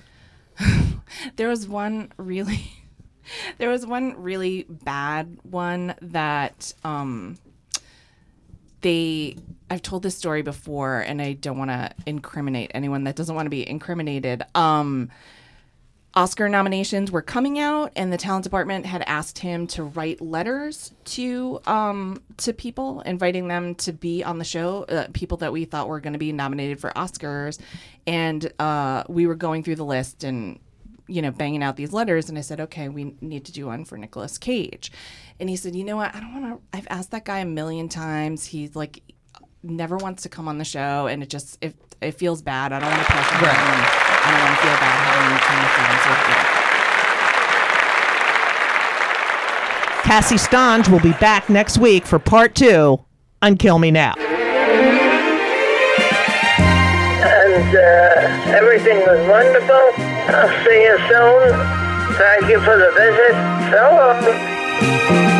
[SPEAKER 3] There was one really [LAUGHS] there was one really bad one that um they I've told this story before and I don't want to incriminate anyone that doesn't want to be incriminated. Um Oscar nominations were coming out, and the talent department had asked him to write letters to um, to people, inviting them to be on the show, uh, people that we thought were going to be nominated for Oscars, and uh, we were going through the list and you know banging out these letters, and I said, okay, we need to do one for Nicolas Cage, and he said, you know what, I don't want to. I've asked that guy a million times. He's like never wants to come on the show, and it just it it feels bad. I don't want to press him. I don't want to feel bad having him come with me. So, yeah.
[SPEAKER 6] Cassie Stange will be back next week for part two on Kill Me Now.
[SPEAKER 7] and uh, everything was wonderful. I'll see you soon. Thank you for the visit. So long.